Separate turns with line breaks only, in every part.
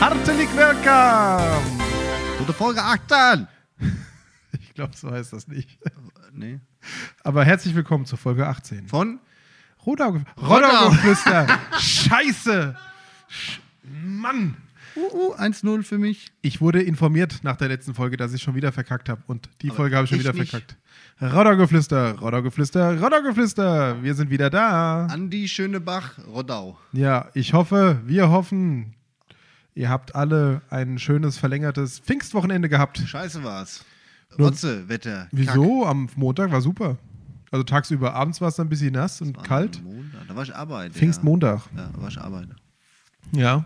Hartelig willkommen!
Gute Folge 18!
Ich glaube, so heißt das nicht.
Nee.
Aber herzlich willkommen zur Folge 18.
Von?
Rodau
Rodau.
Rodau-Geflüster. Scheiße! Sch- Mann!
Uh, uh, 1-0 für mich.
Ich wurde informiert nach der letzten Folge, dass ich schon wieder verkackt habe. Und die
Aber
Folge habe ich schon
ich
wieder
nicht.
verkackt. Rodau-Geflüster, Rodau-Geflüster, Rodau-Geflüster. Wir sind wieder da.
Andi Schönebach, Roddau.
Ja, ich hoffe, wir hoffen, ihr habt alle ein schönes, verlängertes Pfingstwochenende gehabt.
Scheiße war's.
Nur-
Rotze, Wetter.
Wieso? Am Montag war super. Also tagsüber, abends war es dann ein bisschen nass und
Kack.
kalt.
Montag. Da war ich arbeiten.
Pfingstmontag.
Ja, ja da war ich arbeiten.
Ja.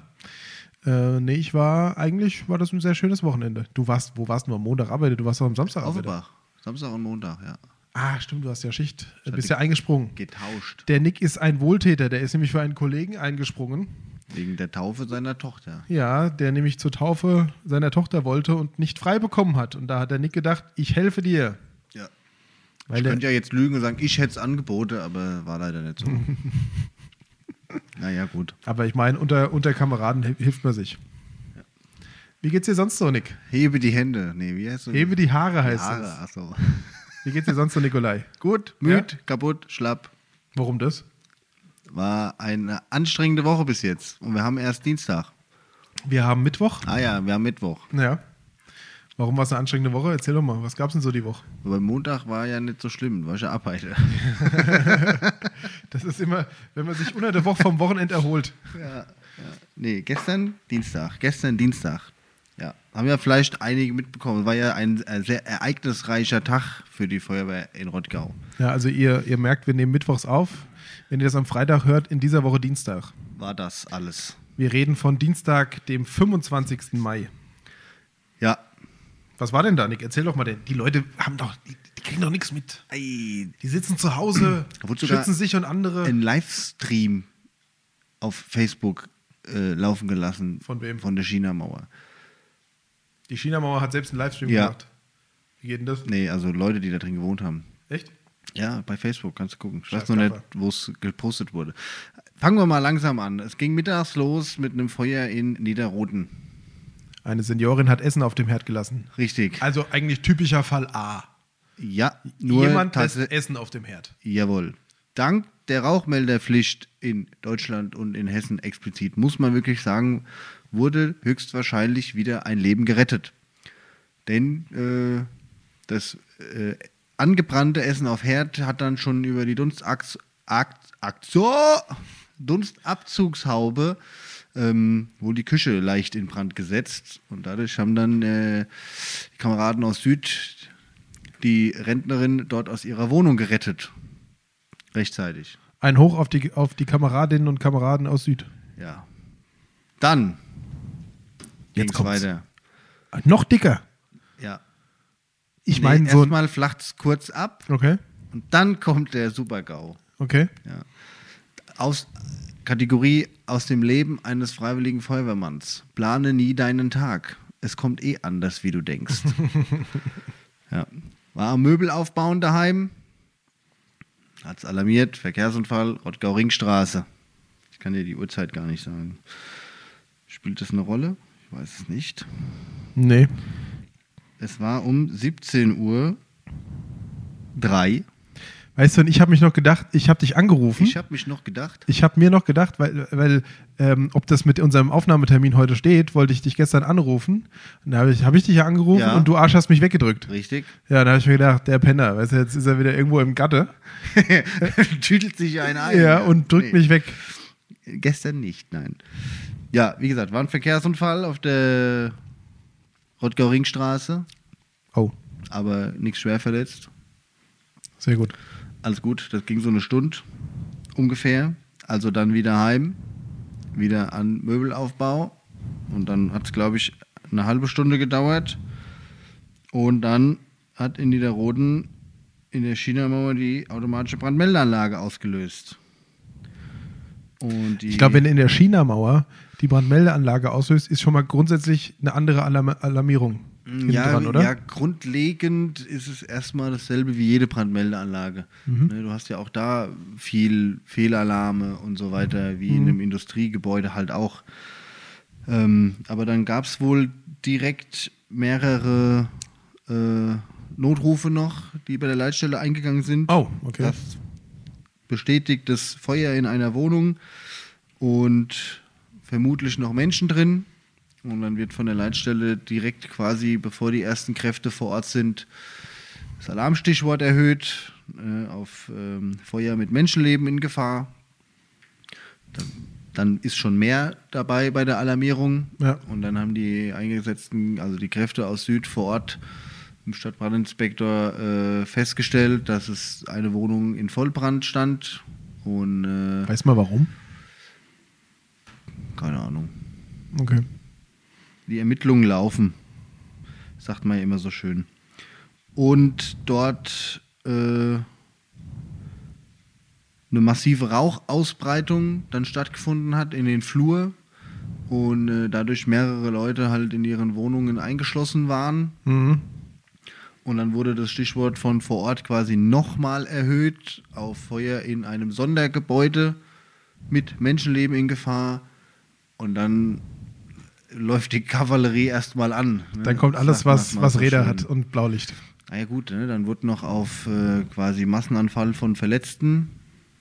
Äh, nee, ich war, eigentlich war das ein sehr schönes Wochenende. Du warst, wo warst du am Montag arbeiten? Du warst doch am Samstag arbeiten.
Offenbach. Samstag und Montag, ja.
Ah, stimmt, du hast ja Schicht. Du bist
hatte-
ja eingesprungen.
Getauscht.
Der Nick ist ein Wohltäter, der ist nämlich für einen Kollegen eingesprungen.
Wegen der Taufe seiner Tochter.
Ja, der nämlich zur Taufe seiner Tochter wollte und nicht frei bekommen hat. Und da hat der Nick gedacht, ich helfe dir.
Ja.
Weil
ich
der,
könnte ja jetzt lügen und sagen, ich hätte es Angebote, aber war leider nicht so. naja, gut.
aber ich meine, unter, unter Kameraden hi- hilft man sich. Wie geht's dir sonst so, Nick?
Hebe die Hände. Nee, wie heißt du?
Hebe Hm. die Haare
die
heißt
Haare.
es.
Achso.
Wie geht's dir sonst so, Nikolai?
Gut,
Ja.
müd, kaputt, schlapp.
Warum das?
War eine anstrengende Woche bis jetzt. Und wir haben erst Dienstag.
Wir haben Mittwoch.
Ah ja, wir haben Mittwoch.
Ja. Warum war es eine anstrengende Woche? Erzähl doch mal, was gab es denn so die Woche?
Aber Montag war ja nicht so schlimm, war ich ja arbeite.
Das ist immer, wenn man sich unter der Woche vom Wochenende erholt.
Nee, gestern Dienstag. Gestern Dienstag. Ja, haben ja vielleicht einige mitbekommen. War ja ein äh, sehr ereignisreicher Tag für die Feuerwehr in Rottgau.
Ja, also ihr, ihr merkt, wir nehmen mittwochs auf. Wenn ihr das am Freitag hört, in dieser Woche Dienstag.
War das alles?
Wir reden von Dienstag, dem 25. Mai.
Ja.
Was war denn da, Nick? Erzähl doch mal denn. Die Leute haben doch, die, die kriegen doch nichts mit.
Ei,
Die sitzen zu Hause,
Wurde sogar
schützen sich und andere.
Ein Livestream auf Facebook äh, laufen gelassen.
Von wem?
Von der China-Mauer.
die China-Mauer hat selbst einen Livestream
Ja.
gemacht. Wie geht denn das?
Nee, also Leute, die da drin gewohnt haben.
Echt?
Ja, bei Facebook kannst du gucken. Ich weiß
Scheiß
noch nicht,
Kaffer.
wo es gepostet wurde. Fangen wir mal langsam an. Es ging mittags los mit einem Feuer in Niederroten.
Eine Seniorin hat Essen auf dem Herd gelassen.
Richtig.
Also eigentlich typischer Fall A.
Ja, nur
Jemand lässt
tats-
Essen auf dem Herd.
Jawohl. Dank der Rauchmelderpflicht in Deutschland und in Hessen explizit, muss man wirklich sagen, wurde höchstwahrscheinlich wieder ein Leben gerettet. Denn äh, das äh, angebrannte Essen auf Herd hat dann schon über die Dunstachs Akt, Akt, so, Dunstabzugshaube ähm, wohl die Küche leicht in Brand gesetzt. Und dadurch haben dann äh, die Kameraden aus Süd die Rentnerin dort aus ihrer Wohnung gerettet. Rechtzeitig.
Ein Hoch auf die, auf die Kameradinnen und Kameraden aus Süd.
Ja. Dann
Jetzt
ging's
kommt's.
weiter.
Noch dicker.
Ja.
Ich meine so ein.
erstmal flacht's kurz ab
Okay,
und dann kommt der Supergau.
okay.
Ja. Aus Kategorie aus dem Leben eines freiwilligen Feuerwehrmanns. Plane nie deinen Tag. Es kommt eh anders, wie du denkst. ja. War am Möbel aufbauen daheim. Hat's alarmiert. Verkehrsunfall, Rottgau Ringstraße. Ich kann dir die Uhrzeit gar nicht sagen. Spielt das eine Rolle? Ich weiß es nicht.
Nee.
Es war um 17 Uhr 3.
Weißt du, und ich habe mich noch gedacht, ich habe dich angerufen.
Ich habe mich noch gedacht,
Ich habe mir noch gedacht, weil, weil ähm, ob das mit unserem Aufnahmetermin heute steht, wollte ich dich gestern anrufen. Und da habe ich, hab ich dich ja angerufen
Ja.
und du Arsch hast mich weggedrückt.
richtig,
Ja, da habe ich mir gedacht, der Penner, weißt du, jetzt ist er wieder irgendwo im Gatte.
tüdelt sich ein ein.
Ja, und drückt
Nee.
mich weg.
Gestern nicht, nein. Ja, wie gesagt, war ein Verkehrsunfall auf der Rottgau-Ringstraße,
Oh,
aber nichts schwer verletzt.
sehr gut.
Alles gut, das ging so eine Stunde ungefähr. Also dann wieder heim, wieder an Möbelaufbau. Und dann hat es, glaube ich, eine halbe Stunde gedauert. Und dann hat in Niederroden in der China-Mauer die automatische Brandmeldeanlage ausgelöst. Und die
Ich glaube, wenn in der China-Mauer die Brandmeldeanlage auslöst, ist schon mal grundsätzlich eine andere Alarm Alarmierung hinten
Ja,
dran, oder?
ja, grundlegend ist es erstmal dasselbe wie jede Brandmeldeanlage.
Mhm.
Ne, Du hast ja auch da
Mhm.
viel Fehlalarme und so weiter, wie in einem Industriegebäude halt auch. Ähm, aber dann gab es wohl direkt mehrere äh, Notrufe noch, die bei der Leitstelle eingegangen sind.
Oh, okay.
Das bestätigt das Feuer in einer Wohnung und vermutlich noch Menschen drin. Und dann wird von der Leitstelle direkt quasi, bevor die ersten Kräfte vor Ort sind, das Alarmstichwort erhöht äh, auf ähm, Feuer mit Menschenleben in Gefahr. Dann, dann ist schon mehr dabei bei der Alarmierung.
Ja.
Und dann haben die eingesetzten, also die Kräfte aus Süd vor Ort im Stadtbrandinspektor äh, festgestellt, dass es eine Wohnung in Vollbrand stand. Und äh,
Weiß mal warum?
keine Ahnung.
Okay.
Die Ermittlungen laufen, sagt man ja immer so schön. Und dort äh, eine massive Rauchausbreitung dann stattgefunden hat in den Flur und äh, dadurch mehrere Leute halt in ihren Wohnungen eingeschlossen waren.
Mhm.
Und dann wurde das Stichwort von vor Ort quasi nochmal erhöht auf Feuer in einem Sondergebäude mit Menschenleben in Gefahr. Und dann läuft die Kavallerie erstmal an. ne?
Dann kommt alles,
Sagt man
was,
mal
was
so
Räder
schön.
hat und Blaulicht.
Na ja gut, ne? dann wird noch auf äh, quasi Massenanfall von Verletzten,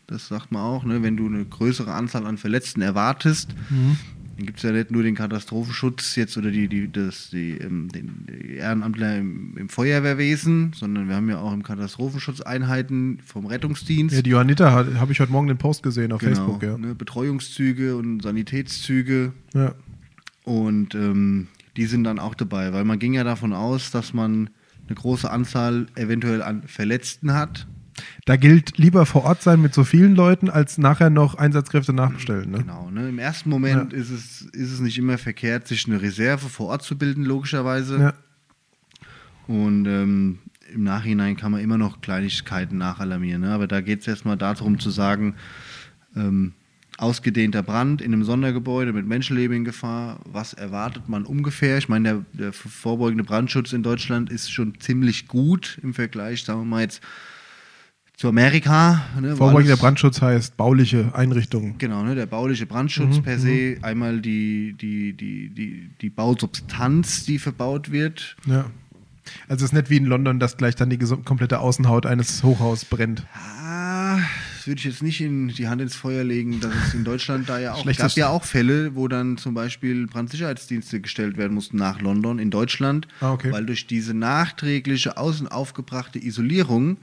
das sagt man auch, ne? wenn du eine größere Anzahl an Verletzten erwartest,
Mhm.
dann gibt es ja nicht nur den Katastrophenschutz jetzt oder die, die, das, die, ähm, den die Ehrenamtler im, im Feuerwehrwesen, sondern wir haben ja auch im Katastrophenschutz Einheiten vom Rettungsdienst.
Ja, die Johanniter habe ich heute Morgen den Post gesehen auf Facebook, ja.
ne? Betreuungszüge und Sanitätszüge.
ja.
Und ähm, die sind dann auch dabei, weil man ging ja davon aus, dass man eine große Anzahl eventuell an Verletzten hat.
Da gilt lieber vor Ort sein mit so vielen Leuten, als nachher noch Einsatzkräfte nachbestellen. Ne?
Genau. Ne? Im ersten Moment ist, es, ist es nicht immer verkehrt, sich eine Reserve vor Ort zu bilden, logischerweise.
Ja.
Und ähm, im Nachhinein kann man immer noch Kleinigkeiten nachalarmieren. Ne? Aber da geht es erstmal darum zu sagen, ähm, ausgedehnter Brand in einem Sondergebäude mit Menschenleben in Gefahr, was erwartet man ungefähr? Ich meine, der, der vorbeugende Brandschutz in Deutschland ist schon ziemlich gut im Vergleich, sagen wir mal jetzt, zu Amerika. Ne? wo
Vorbeugender
alles-
Brandschutz heißt bauliche Einrichtungen.
Genau, ne, der bauliche Brandschutz per se, einmal die, die, die, die, die Bausubstanz, die verbaut wird,
Ja. Also es ist nicht wie in London, dass gleich dann die gesam- komplette Außenhaut eines Hochhaus brennt.
Ah, das würde ich jetzt nicht in die Hand ins Feuer legen, dass es in Deutschland da ja auch
Schlechtes-
gab ja auch Fälle, wo dann zum Beispiel Brandsicherheitsdienste gestellt werden mussten nach London in Deutschland,
Ah, okay.
weil durch diese nachträgliche außen aufgebrachte Isolierung,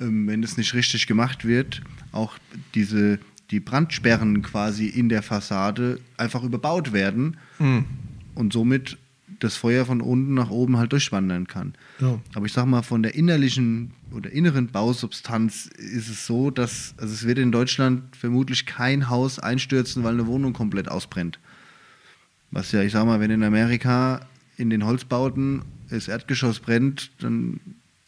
ähm, wenn es nicht richtig gemacht wird, auch diese die Brandsperren quasi in der Fassade einfach überbaut werden und somit das Feuer von unten nach oben halt durchwandern kann.
Ja.
Aber ich sag mal, von der innerlichen oder inneren Bausubstanz ist es so, dass also es wird in Deutschland vermutlich kein Haus einstürzen, weil eine Wohnung komplett ausbrennt. Was ja, ich sag mal, wenn in Amerika in den Holzbauten das Erdgeschoss brennt, dann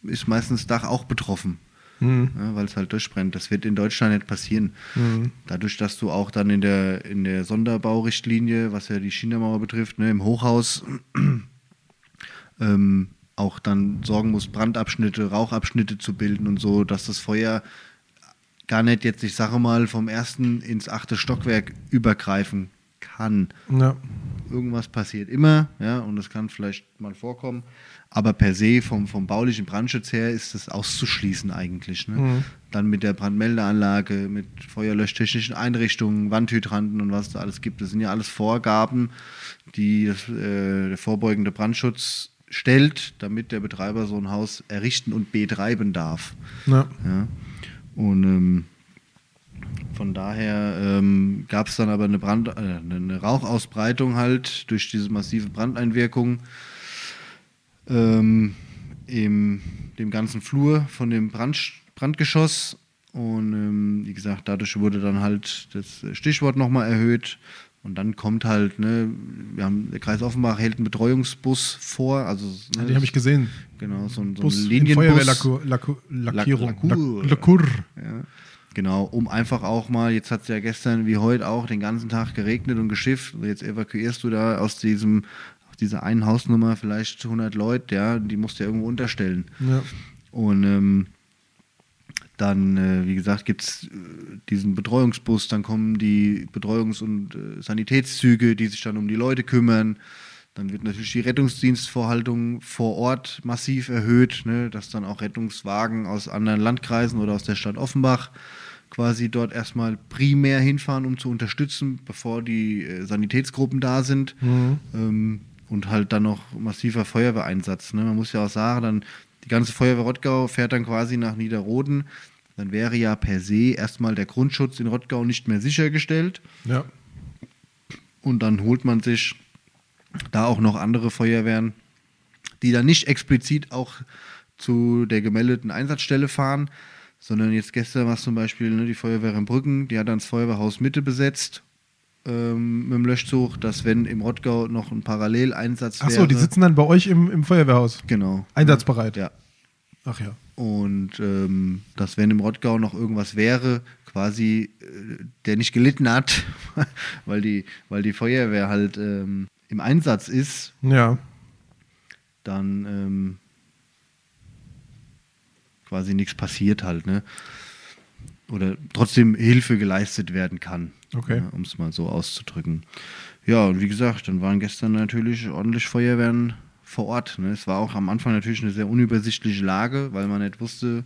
ist meistens das Dach auch betroffen. Ja, weil es halt durchbrennt. Das wird in Deutschland nicht passieren. Dadurch, dass du auch dann in der, in der Sonderbaurichtlinie, was ja die China-Mauer betrifft, ne, im Hochhaus ähm, auch dann sorgen musst, Brandabschnitte, Rauchabschnitte zu bilden und so, dass das Feuer gar nicht jetzt, ich sage mal, vom ersten ins achte Stockwerk übergreifen kann
Ja.
irgendwas passiert immer, ja, und das kann vielleicht mal vorkommen. Aber per se vom, vom baulichen Brandschutz her ist das auszuschließen eigentlich. Ne? Dann mit der Brandmeldeanlage, mit feuerlöschtechnischen Einrichtungen, Wandhydranten und was da alles gibt. Das sind ja alles Vorgaben, die das, äh, der vorbeugende Brandschutz stellt, damit der Betreiber so ein Haus errichten und betreiben darf.
ja.
Ja. Und ähm, von daher ähm, gab es dann aber eine, Brand, äh, eine Rauchausbreitung halt durch diese massive Brandeinwirkung ähm, im dem ganzen Flur von dem Brand, Brandgeschoss. Und ähm, wie gesagt, dadurch wurde dann halt das Stichwort nochmal erhöht. Und dann kommt halt, ne, wir haben, der Kreis Offenbach hält einen Betreuungsbus vor. Also, ne,
Den habe ich gesehen.
Genau, so, ein- so
Bus
ein
in
Linienbus.
Feuerwehrlackierung.
Lack- Lackour.
Lack- Lackour.
Ja. Genau, um einfach auch mal, jetzt hat es ja gestern wie heute auch den ganzen Tag geregnet und geschifft. Also Jetzt evakuierst du da aus diesem, aus dieser einen Hausnummer vielleicht 100 Leute, ja, die musst du ja irgendwo unterstellen.
Ja.
Und ähm, Dann, äh, wie gesagt, gibt es äh, diesen Betreuungsbus, dann kommen die Betreuungs- und äh, Sanitätszüge, die sich dann um die Leute kümmern. Dann wird natürlich die Rettungsdienstvorhaltung vor Ort massiv erhöht, ne, dass dann auch Rettungswagen aus anderen Landkreisen oder aus der Stadt Offenbach quasi dort erstmal primär hinfahren, um zu unterstützen, bevor die äh, Sanitätsgruppen da sind. Ähm, und halt dann noch massiver Feuerwehreinsatz. Ne? Man muss ja auch sagen, dann die ganze Feuerwehr Rottgau fährt dann quasi nach Niederroden. Dann wäre ja per se erstmal der Grundschutz in Rottgau nicht mehr sichergestellt.
Ja.
Und dann holt man sich da auch noch andere Feuerwehren, die dann nicht explizit auch zu der gemeldeten Einsatzstelle fahren, sondern jetzt gestern war es zum Beispiel ne, die Feuerwehr in Brücken, die hat dann das Feuerwehrhaus Mitte besetzt ähm, mit dem Löschzug, dass wenn im Rottgau noch ein Paralleleinsatz wäre.
Achso, die sitzen dann bei euch im, im Feuerwehrhaus.
genau.
Einsatzbereit.
Ja.
Ach ja.
Und ähm, dass wenn im Rottgau noch irgendwas wäre, quasi äh, der nicht gelitten hat, weil die, weil die Feuerwehr halt ähm, im Einsatz ist,
Ja.
dann ähm, quasi nichts passiert halt, ne? Oder trotzdem Hilfe geleistet werden kann.
Okay.
Ja, um es mal so auszudrücken. Ja, und wie gesagt, dann waren gestern natürlich ordentlich Feuerwehren vor Ort. Ne? Es war auch am Anfang natürlich eine sehr unübersichtliche Lage, weil man nicht wusste,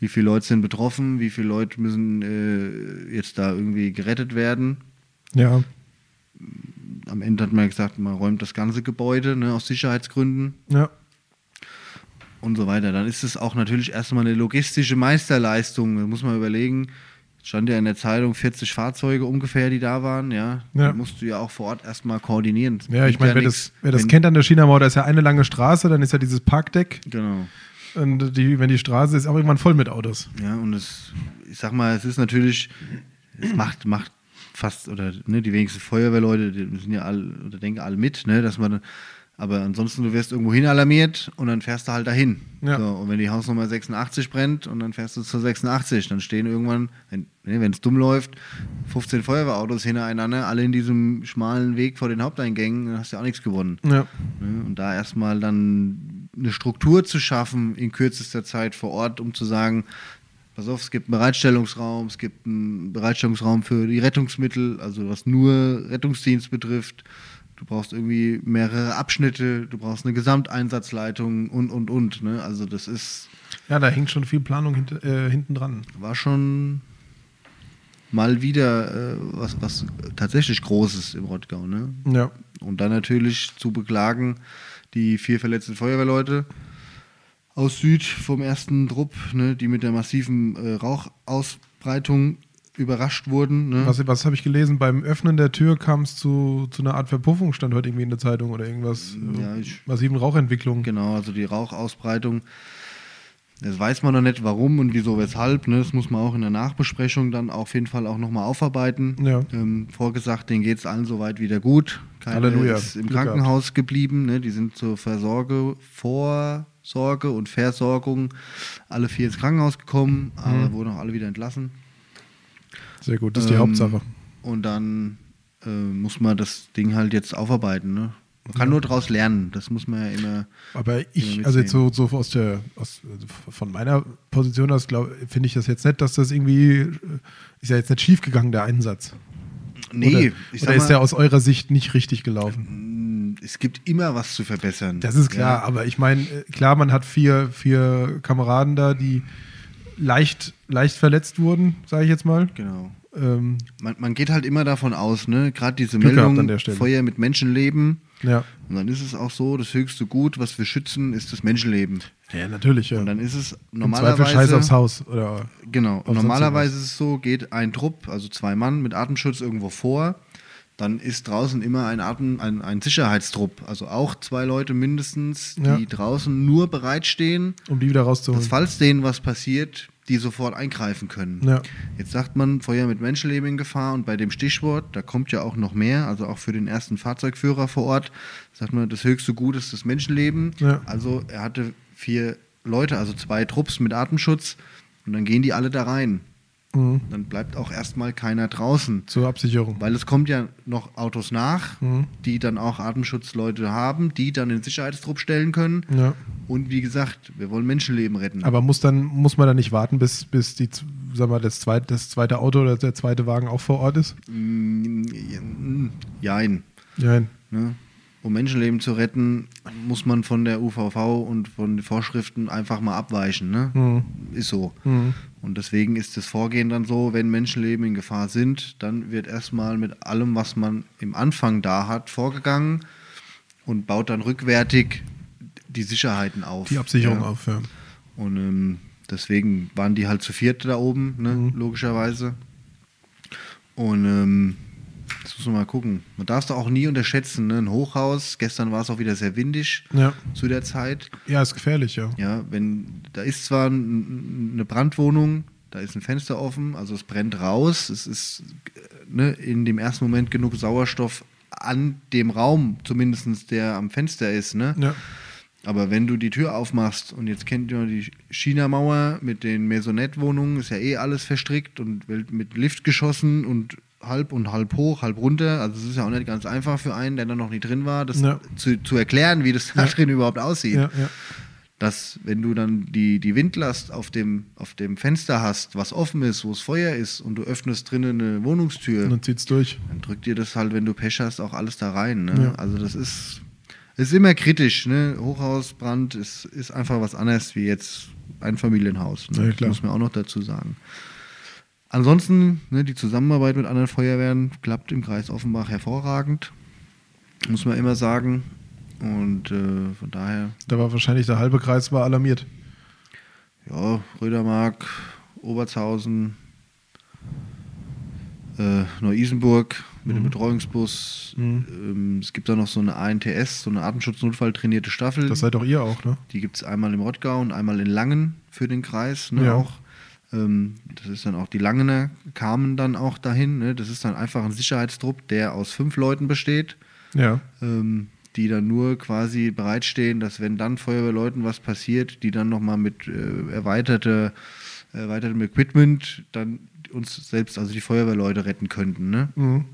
wie viele Leute sind betroffen, wie viele Leute müssen äh, jetzt da irgendwie gerettet werden
Ja.
am Ende hat man gesagt, man räumt das ganze Gebäude ne, aus Sicherheitsgründen
Ja.
und so weiter. Dann ist es auch natürlich erstmal eine logistische Meisterleistung. Da muss man überlegen, es stand ja in der Zeitung 40 Fahrzeuge ungefähr, die da waren. Ja,
Ja.
Die musst du ja auch vor Ort erstmal koordinieren.
Ja, ich
Bringt
meine, wer
nix,
das, wer das
wenn-
kennt an der Chinamauer, da ist ja eine lange Straße, dann ist ja dieses Parkdeck
Genau.
und die, wenn die Straße ist, auch irgendwann voll mit Autos.
Ja, und es, ich sag mal, es ist natürlich, es macht, macht fast, oder ne, die wenigsten Feuerwehrleute, die sind ja alle, oder denken alle mit, ne, dass man, aber ansonsten, du wirst irgendwo hin alarmiert und dann fährst du halt dahin.
Ja.
So, und wenn die Hausnummer 86 brennt und dann fährst du zur 86, dann stehen irgendwann, wenn es dumm läuft, 15 Feuerwehrautos hintereinander, alle in diesem schmalen Weg vor den Haupteingängen, dann hast du ja auch nichts gewonnen.
Ja.
Ne? Und da erstmal dann eine Struktur zu schaffen in kürzester Zeit vor Ort, um zu sagen, pass auf, es gibt einen Bereitstellungsraum, es gibt einen Bereitstellungsraum für die Rettungsmittel, also was nur Rettungsdienst betrifft. Du brauchst irgendwie mehrere Abschnitte, du brauchst eine Gesamteinsatzleitung und, und, und. Ne? Also das ist,
Ja, da hängt schon viel Planung hint, äh, hinten dran.
war schon mal wieder äh, was, was tatsächlich Großes im Rottgau. Ne?
Ja.
Und dann natürlich zu beklagen die vier verletzten Feuerwehrleute aus Süd vom ersten Trupp, ne, die mit der massiven äh, Rauchausbreitung überrascht wurden. Ne?
Was, was habe ich gelesen? Beim Öffnen der Tür kam es zu, zu einer Art Verpuffung, stand heute irgendwie in der Zeitung oder irgendwas. äh,
Ja, ich-
massiven Rauchentwicklung.
Genau, also die Rauchausbreitung. Das weiß man noch nicht, warum und wieso, weshalb. Ne? Das muss man auch in der Nachbesprechung dann auf jeden Fall auch nochmal aufarbeiten.
Ja.
Ähm, vorgesagt, denen geht es allen soweit wieder gut. Keiner
Halleluja.
ist im
Glück gehabt.
Krankenhaus geblieben. Ne? Die sind zur Versorge, Vorsorge und Versorgung alle vier ins Krankenhaus gekommen, aber wurden auch alle wieder entlassen. Ähm,
Sehr gut, Mhm. das ist die Hauptsache.
Und dann äh, muss man das Ding halt jetzt aufarbeiten. Ne? Man kann nur daraus lernen. Das muss man ja immer.
Aber
Ja,
ich, also jetzt so,
mitsehen.
so aus der, aus, also von meiner Position aus, glaub- finde ich das jetzt nicht, dass das irgendwie, äh, ist ja jetzt nicht schief gegangen, der Einsatz.
Nee,
oder oder ist der aus eurer Sicht nicht richtig gelaufen?
es gibt immer was zu verbessern.
Das ist klar, aber ich meine, äh, klar, man hat vier, vier Kameraden da, die leicht, leicht verletzt wurden, sage ich jetzt mal.
Ja, genau.
Ähm,
Man, man geht halt immer davon aus, ne? Gerade diese
Glück gehabt
Meldung,
an der Stelle.
Feuer mit Menschenleben.
ja.
Und dann ist es auch so, das höchste Gut, was wir schützen, ist das Menschenleben.
ja, natürlich. Ja.
Und dann ist es
Im Zweifel
normalerweise.
Scheiß aufs Haus. Oder,
Genau.
sonst
normalerweise ist es so, geht ein Trupp, also zwei Mann mit Atemschutz irgendwo vor. Dann ist draußen immer ein, Atem, ein, ein Sicherheitstrupp, also auch zwei Leute mindestens, die
Ja.
draußen nur bereitstehen,
um die wieder
dass
rauszuholen.
falls denen was passiert, die sofort eingreifen können.
Ja.
Jetzt sagt man Feuer mit Menschenleben in Gefahr und bei dem Stichwort, da kommt ja auch noch mehr, also auch für den ersten Fahrzeugführer vor Ort, sagt man, das höchste Gut ist das Menschenleben.
Ja.
Also er hatte vier Leute, also zwei Trupps mit Atemschutz und dann gehen die alle da rein.
Mhm.
Dann bleibt auch erstmal keiner draußen.
Zur Absicherung.
Weil es kommt ja noch Autos nach,
Mhm.
die dann auch Atemschutzleute haben, die dann den Sicherheitstrupp stellen können.
Ja.
Und wie gesagt, wir wollen Menschenleben retten.
Aber muss, dann, muss man dann nicht warten, bis, bis die, z- sag mal, das, zweite, das zweite Auto oder der zweite Wagen auch vor Ort ist?
Mm, Jein.
Nein.
Ne? Um Menschenleben zu retten, muss man von der UVV und von den Vorschriften einfach mal abweichen. Ne?
Mhm.
Ist so. Und deswegen ist das Vorgehen dann so, wenn Menschenleben in Gefahr sind, dann wird erstmal mit allem, was man im Anfang da hat, vorgegangen und baut dann rückwärtig die Sicherheiten auf.
Die Absicherung
ja.
auf. Ja.
Und ähm, deswegen waren die halt zu viert da oben, ne? logischerweise. Und ähm, das muss man mal gucken. Man darf es auch nie unterschätzen, ne? ein Hochhaus. Gestern war es auch wieder sehr windig
Ja.
zu der Zeit.
ja, ist gefährlich, ja.
Ja, wenn da ist zwar n- n- eine Brandwohnung, da ist ein Fenster offen, also es brennt raus. Es ist äh, ne, in dem ersten Moment genug Sauerstoff an dem Raum, zumindest der am Fenster ist. Ne?
Ja.
Aber wenn du die Tür aufmachst und jetzt kennt ihr die China-Mauer mit den Maisonette-Wohnungen, ist ja eh alles verstrickt und wird mit Lift geschossen und halb und halb hoch, halb runter. Also es ist ja auch nicht ganz einfach für einen, der da noch nie drin war, das
Ja.
zu, zu erklären, wie das da drin überhaupt aussieht.
Ja, ja.
Dass wenn du dann die, die Windlast auf dem, auf dem Fenster hast, was offen ist, wo es Feuer ist und du öffnest drinnen eine Wohnungstür,
Und dann zieht's durch.
dann drückt dir das halt, wenn du Pech hast, auch alles da rein. Ne?
Ja.
Also das ist, ist immer kritisch. Ne? Hochhausbrand ist, ist einfach was anderes wie jetzt ein Familienhaus. Ne?
Ja,
das
klar.
muss man auch noch dazu sagen. Ansonsten, ne, die Zusammenarbeit mit anderen Feuerwehren klappt im Kreis Offenbach hervorragend, muss man immer sagen. Und äh, von daher,
Da war wahrscheinlich der halbe Kreis war alarmiert.
ja, Rödermark, Obertshausen, äh, Neu-Isenburg mit
Mhm.
dem Betreuungsbus. Ähm, es gibt da noch so eine ANTS, so eine Atemschutznotfall-trainierte Staffel.
Das seid doch ihr auch, ne?
Die gibt es einmal im Rottgau und einmal in Langen für den Kreis. Ne,
Ja.
auch. Ähm, das ist dann auch die Langener kamen dann auch dahin. Ne? Das ist dann einfach ein Sicherheitstrupp, der aus fünf Leuten besteht
Ja.
ähm, die dann nur quasi bereitstehen, dass wenn dann Feuerwehrleuten was passiert, die dann nochmal mit äh, erweiterte, erweitertem Equipment dann uns selbst, also die Feuerwehrleute retten könnten. Ne?
Mhm.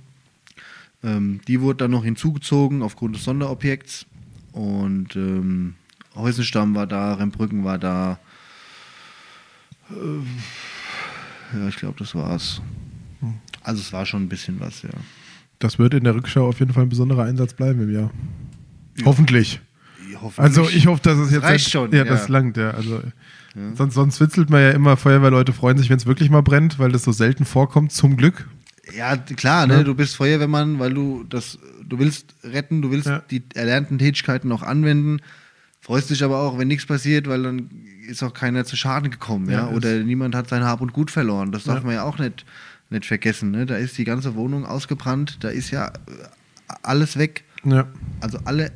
Ähm, die wurde dann noch hinzugezogen aufgrund des Sonderobjekts und ähm, Heusenstamm war da, Rembrücken war da. Ähm, Äh, ja, ich glaube, das war's. Also es war schon ein bisschen was, ja.
Das wird in der Rückschau auf jeden Fall ein besonderer Einsatz bleiben im Jahr. Hoffentlich.
Hoffentlich-
Also ich hoffe, dass es jetzt
reicht schon,
Ja,
ja.
das langt, ja. Also Sonst, sonst witzelt man ja immer, Feuerwehrleute freuen sich, wenn es wirklich mal brennt, weil das so selten vorkommt, zum Glück.
Ja, d- klar, ne? Du bist Feuerwehrmann, weil du das, du willst retten, du willst
Ja.
die erlernten Tätigkeiten auch anwenden. Freust dich aber auch, wenn nichts passiert, weil dann ist auch keiner zu Schaden gekommen, ja.
Ja, ist-
Oder niemand hat sein Hab und Gut verloren. Das darf
Ja.
man ja auch nicht, nicht vergessen. Ne? Da ist die ganze Wohnung ausgebrannt, da ist ja äh, alles weg.
Ja.
Also alle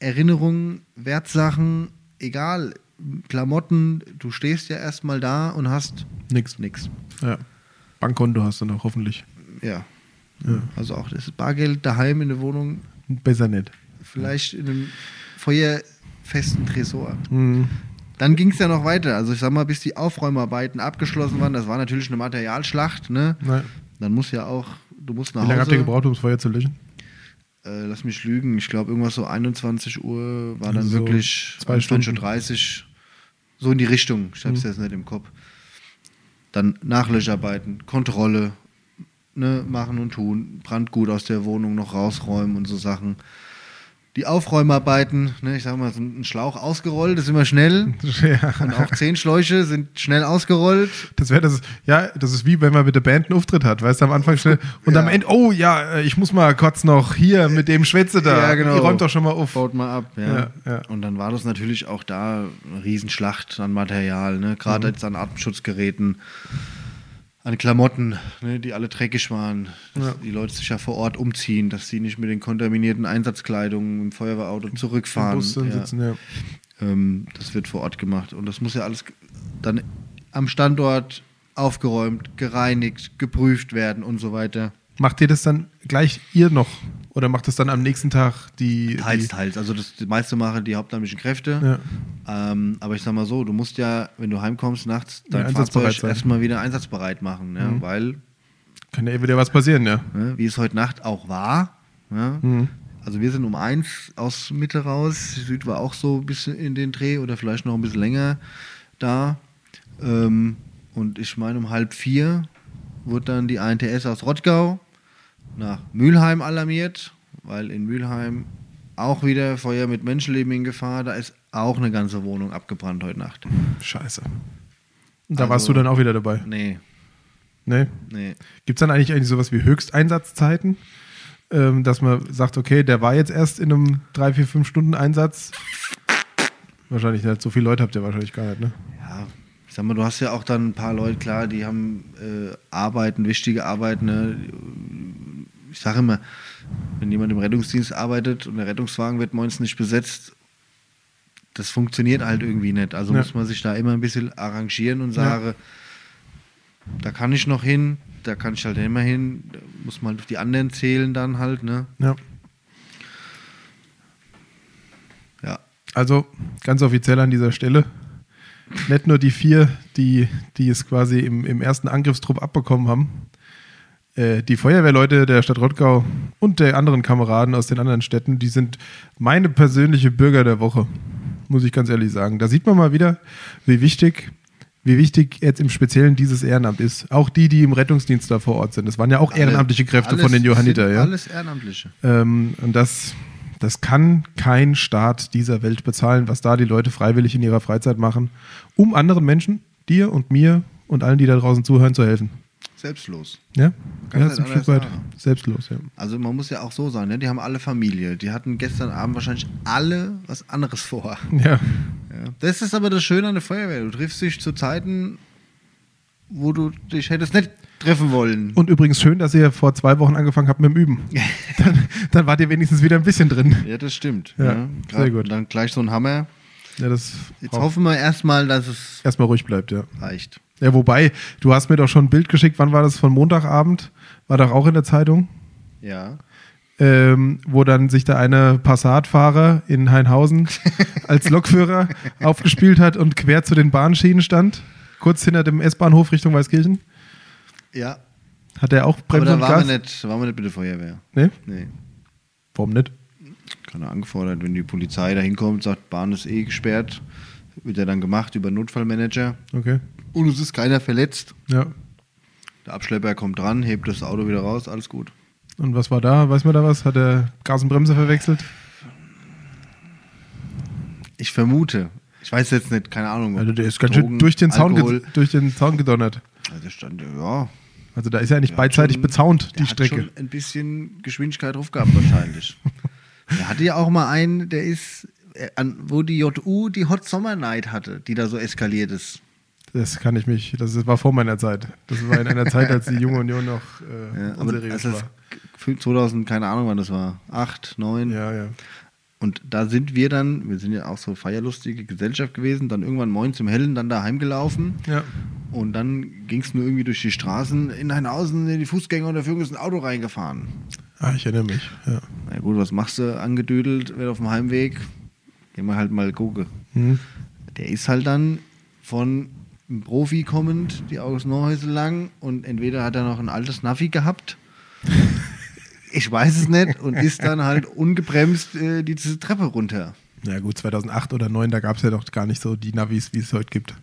Erinnerungen, Wertsachen, egal, Klamotten, du stehst ja erstmal da und hast
Nix.
nichts.
Ja. Bankkonto hast du noch, hoffentlich.
Ja.
Ja.
Also auch das Bargeld daheim in der Wohnung,
Besser nicht.
vielleicht in einem feuerfesten Tresor.
Mhm.
Dann ging es ja noch weiter. Also ich sag mal, bis die Aufräumarbeiten abgeschlossen waren, das war natürlich eine Materialschlacht, ne?
Nein.
Dann muss ja auch, du musst nach
Wie lange habt ihr
Hause.
gebraucht, um das Feuer zu löschen?
Äh, lass mich lügen. Ich glaube, irgendwas so 21 Uhr war dann
Also
wirklich um
zwei Stunden. Mhm.
30 so in die Richtung. Ich hab's jetzt nicht im Kopf. Dann Nachlöscharbeiten, Kontrolle, ne, machen und tun, Brandgut aus der Wohnung noch rausräumen und so Sachen. Die Aufräumarbeiten, ne, ich sag mal, so ein Schlauch ausgerollt, ist immer schnell. Und
Ja.
auch zehn Schläuche sind schnell ausgerollt.
Das wäre das, ja, das ist wie wenn man mit der Band einen Auftritt hat, weißt du, am Anfang schnell und
Ja.
am Ende, oh ja, äh, ich muss mal kurz noch hier mit dem Schwätze da.
Ja, genau.
Ihr räumt doch schon mal auf.
Baut mal ab, ja.
Ja, ja.
Und dann war das natürlich auch da eine Riesenschlacht an Material, ne?
Mhm.
Gerade jetzt an Atemschutzgeräten, an Klamotten, ne? die alle dreckig waren. Dass
Ja.
die Leute sich ja vor Ort umziehen, dass sie nicht mit den kontaminierten Einsatzkleidungen im Feuerwehrauto
Im
zurückfahren.
Bus dann
ja.
sitzen, ja.
Ähm, das wird vor Ort gemacht. Und das muss ja alles ge- dann am Standort aufgeräumt, gereinigt, geprüft werden und so weiter.
Macht ihr das dann gleich ihr noch Oder macht das dann am nächsten Tag die.
Teils,
die
teils. Also das meiste machen die hauptamtlichen Kräfte.
Ja.
Ähm, aber ich sag mal so, du musst ja, wenn du heimkommst nachts,
Ja,
dein
einsatzbereit
Fahrzeug
sein. Mhm.
erstmal wieder einsatzbereit machen. Ja? Weil,
Kann ja eh wieder was passieren, ja. Hm.
ne, wie es heute Nacht auch war, ja? also wir sind um eins aus Mitte raus, Süd war auch so ein bisschen in den Dreh oder vielleicht noch ein bisschen länger da. Ähm, und ich meine, um halb vier wurde dann die ANTS aus Rottgau nach Mülheim alarmiert, weil in Mülheim auch wieder Feuer mit Menschenleben in Gefahr, da ist auch eine ganze Wohnung abgebrannt heute Nacht.
Scheiße. Und da
Also-
warst du dann auch wieder dabei.
Nee,
Nee.
nee.
Gibt es dann eigentlich, eigentlich sowas wie Höchsteinsatzzeiten? Ähm, dass man sagt, okay, der war jetzt erst in einem 3, 4, 5 Stunden Einsatz. Wahrscheinlich nicht. So viele Leute habt ihr wahrscheinlich gar nicht, ne?
Ja, ich sag mal, du hast ja auch dann ein paar Leute, klar, die haben äh, Arbeiten, wichtige Arbeiten. Ne? Ich sage immer, wenn jemand im Rettungsdienst arbeitet und der Rettungswagen wird morgens nicht besetzt, das funktioniert halt irgendwie nicht. Also
Ja.
muss man sich da immer ein bisschen arrangieren und sagen, da kann ich noch hin, da kann ich halt immer hin, da muss man auf die anderen zählen dann halt, ne?
Ja.
Ja.
Also ganz offiziell an dieser Stelle. Nicht nur die vier, die, die es quasi im, im ersten Angriffstrupp abbekommen haben. Äh, die Feuerwehrleute der Stadt Rottgau und der anderen Kameraden aus den anderen Städten, die sind meine persönliche Bürger der Woche, muss ich ganz ehrlich sagen. Da sieht man mal wieder, wie wichtig, wie wichtig jetzt im Speziellen dieses Ehrenamt ist. Auch die, die im Rettungsdienst da vor Ort sind. Das waren ja auch ehrenamtliche Kräfte
Alles-
von den Johanniter,
sind
ja.
Alles Ehrenamtliche.
Ähm, und das, das kann kein Staat dieser Welt bezahlen, was da die Leute freiwillig in ihrer Freizeit machen, um anderen Menschen, dir und mir und allen, die da draußen zuhören, zu helfen.
Selbstlos.
Ja,
Kann
ja
nicht
ist ein
anders
Stück weit
sagen.
selbstlos. Ja.
Also man muss ja auch so sein, ne? die haben alle Familie. Die hatten gestern Abend wahrscheinlich alle was anderes vor.
ja,
Ja. Das ist aber das Schöne an der Feuerwehr. Du triffst dich zu Zeiten, wo du dich hättest nicht treffen wollen.
und übrigens schön, dass ihr vor zwei Wochen angefangen habt mit dem Üben. Dann, dann wart ihr wenigstens wieder ein bisschen drin.
ja, das stimmt.
Ja,
ne? Grad-
sehr gut.
Dann gleich so ein Hammer.
Ja, das
Jetzt
braucht-
hoffen wir erstmal, dass es
erstmal ruhig bleibt, ja.
reicht.
Ja, wobei, du hast mir doch schon ein Bild geschickt, wann war das? Von Montagabend? War doch auch in der Zeitung?
Ja.
ähm, wo dann sich der eine Passatfahrer in Heinhausen als Lokführer aufgespielt hat und quer zu den Bahnschienen stand, kurz hinter dem S-Bahnhof Richtung Weißkirchen.
Ja.
Hat er auch
Aber
Bremse
da
und
waren
Gas?
wir, nicht, da waren wir nicht mit der Feuerwehr.
Nee?
Nee.
Warum nicht?
Keiner angefordert. Wenn die Polizei da hinkommt und sagt, Bahn ist eh gesperrt, wird ja dann gemacht über Notfallmanager.
Okay.
Und es ist keiner verletzt.
Ja.
Der Abschlepper kommt dran, hebt das Auto wieder raus, alles gut.
Und was war da? Weiß man da was? Hat er Gas und Bremse verwechselt?
Ich vermute, ich weiß jetzt nicht, keine Ahnung.
Also
ob
der ist ganz schön
Drogen,
durch den, Zaun ge-
Alkohol.
durch den Zaun gedonnert.
Also stand, ja.
Also da ist ja nicht
der
beidseitig
hat schon-
bezaunt,
der
die
hat
Strecke.
Schon ein bisschen Geschwindigkeit drauf gehabt wahrscheinlich. er hatte ja auch mal einen, der ist, äh, an, wo die JU die Hot Summer Night hatte, die da so eskaliert ist.
Das kann ich mich, das war vor meiner Zeit. Das war in einer Zeit, als die junge Union noch äh,
Ja, aber
unseriös
als
war.
das 2000, keine Ahnung wann das war, 8, 9.
Ja, ja.
Und da sind wir dann, wir sind ja auch so feierlustige Gesellschaft gewesen, dann irgendwann morgens im Hellen dann da heimgelaufen.
Ja.
Und dann ging es nur irgendwie durch die Straßen in ein Hausen, in die Fußgänger und dafür ist ein Auto reingefahren.
Ah, ich erinnere mich. Ja.
Na gut, was machst du? Angedödelt, wird auf dem Heimweg. Gehen wir halt mal gucken.
Hm.
Der ist halt dann von einem Profi kommend, die August Neuhäusel lang und entweder hat er noch ein altes Navi gehabt. Ich weiß es nicht und ist dann halt ungebremst äh, die- diese Treppe runter.
Na gut, 2008 oder 2009, da gab es ja doch gar nicht so die Navis, wie es heute gibt.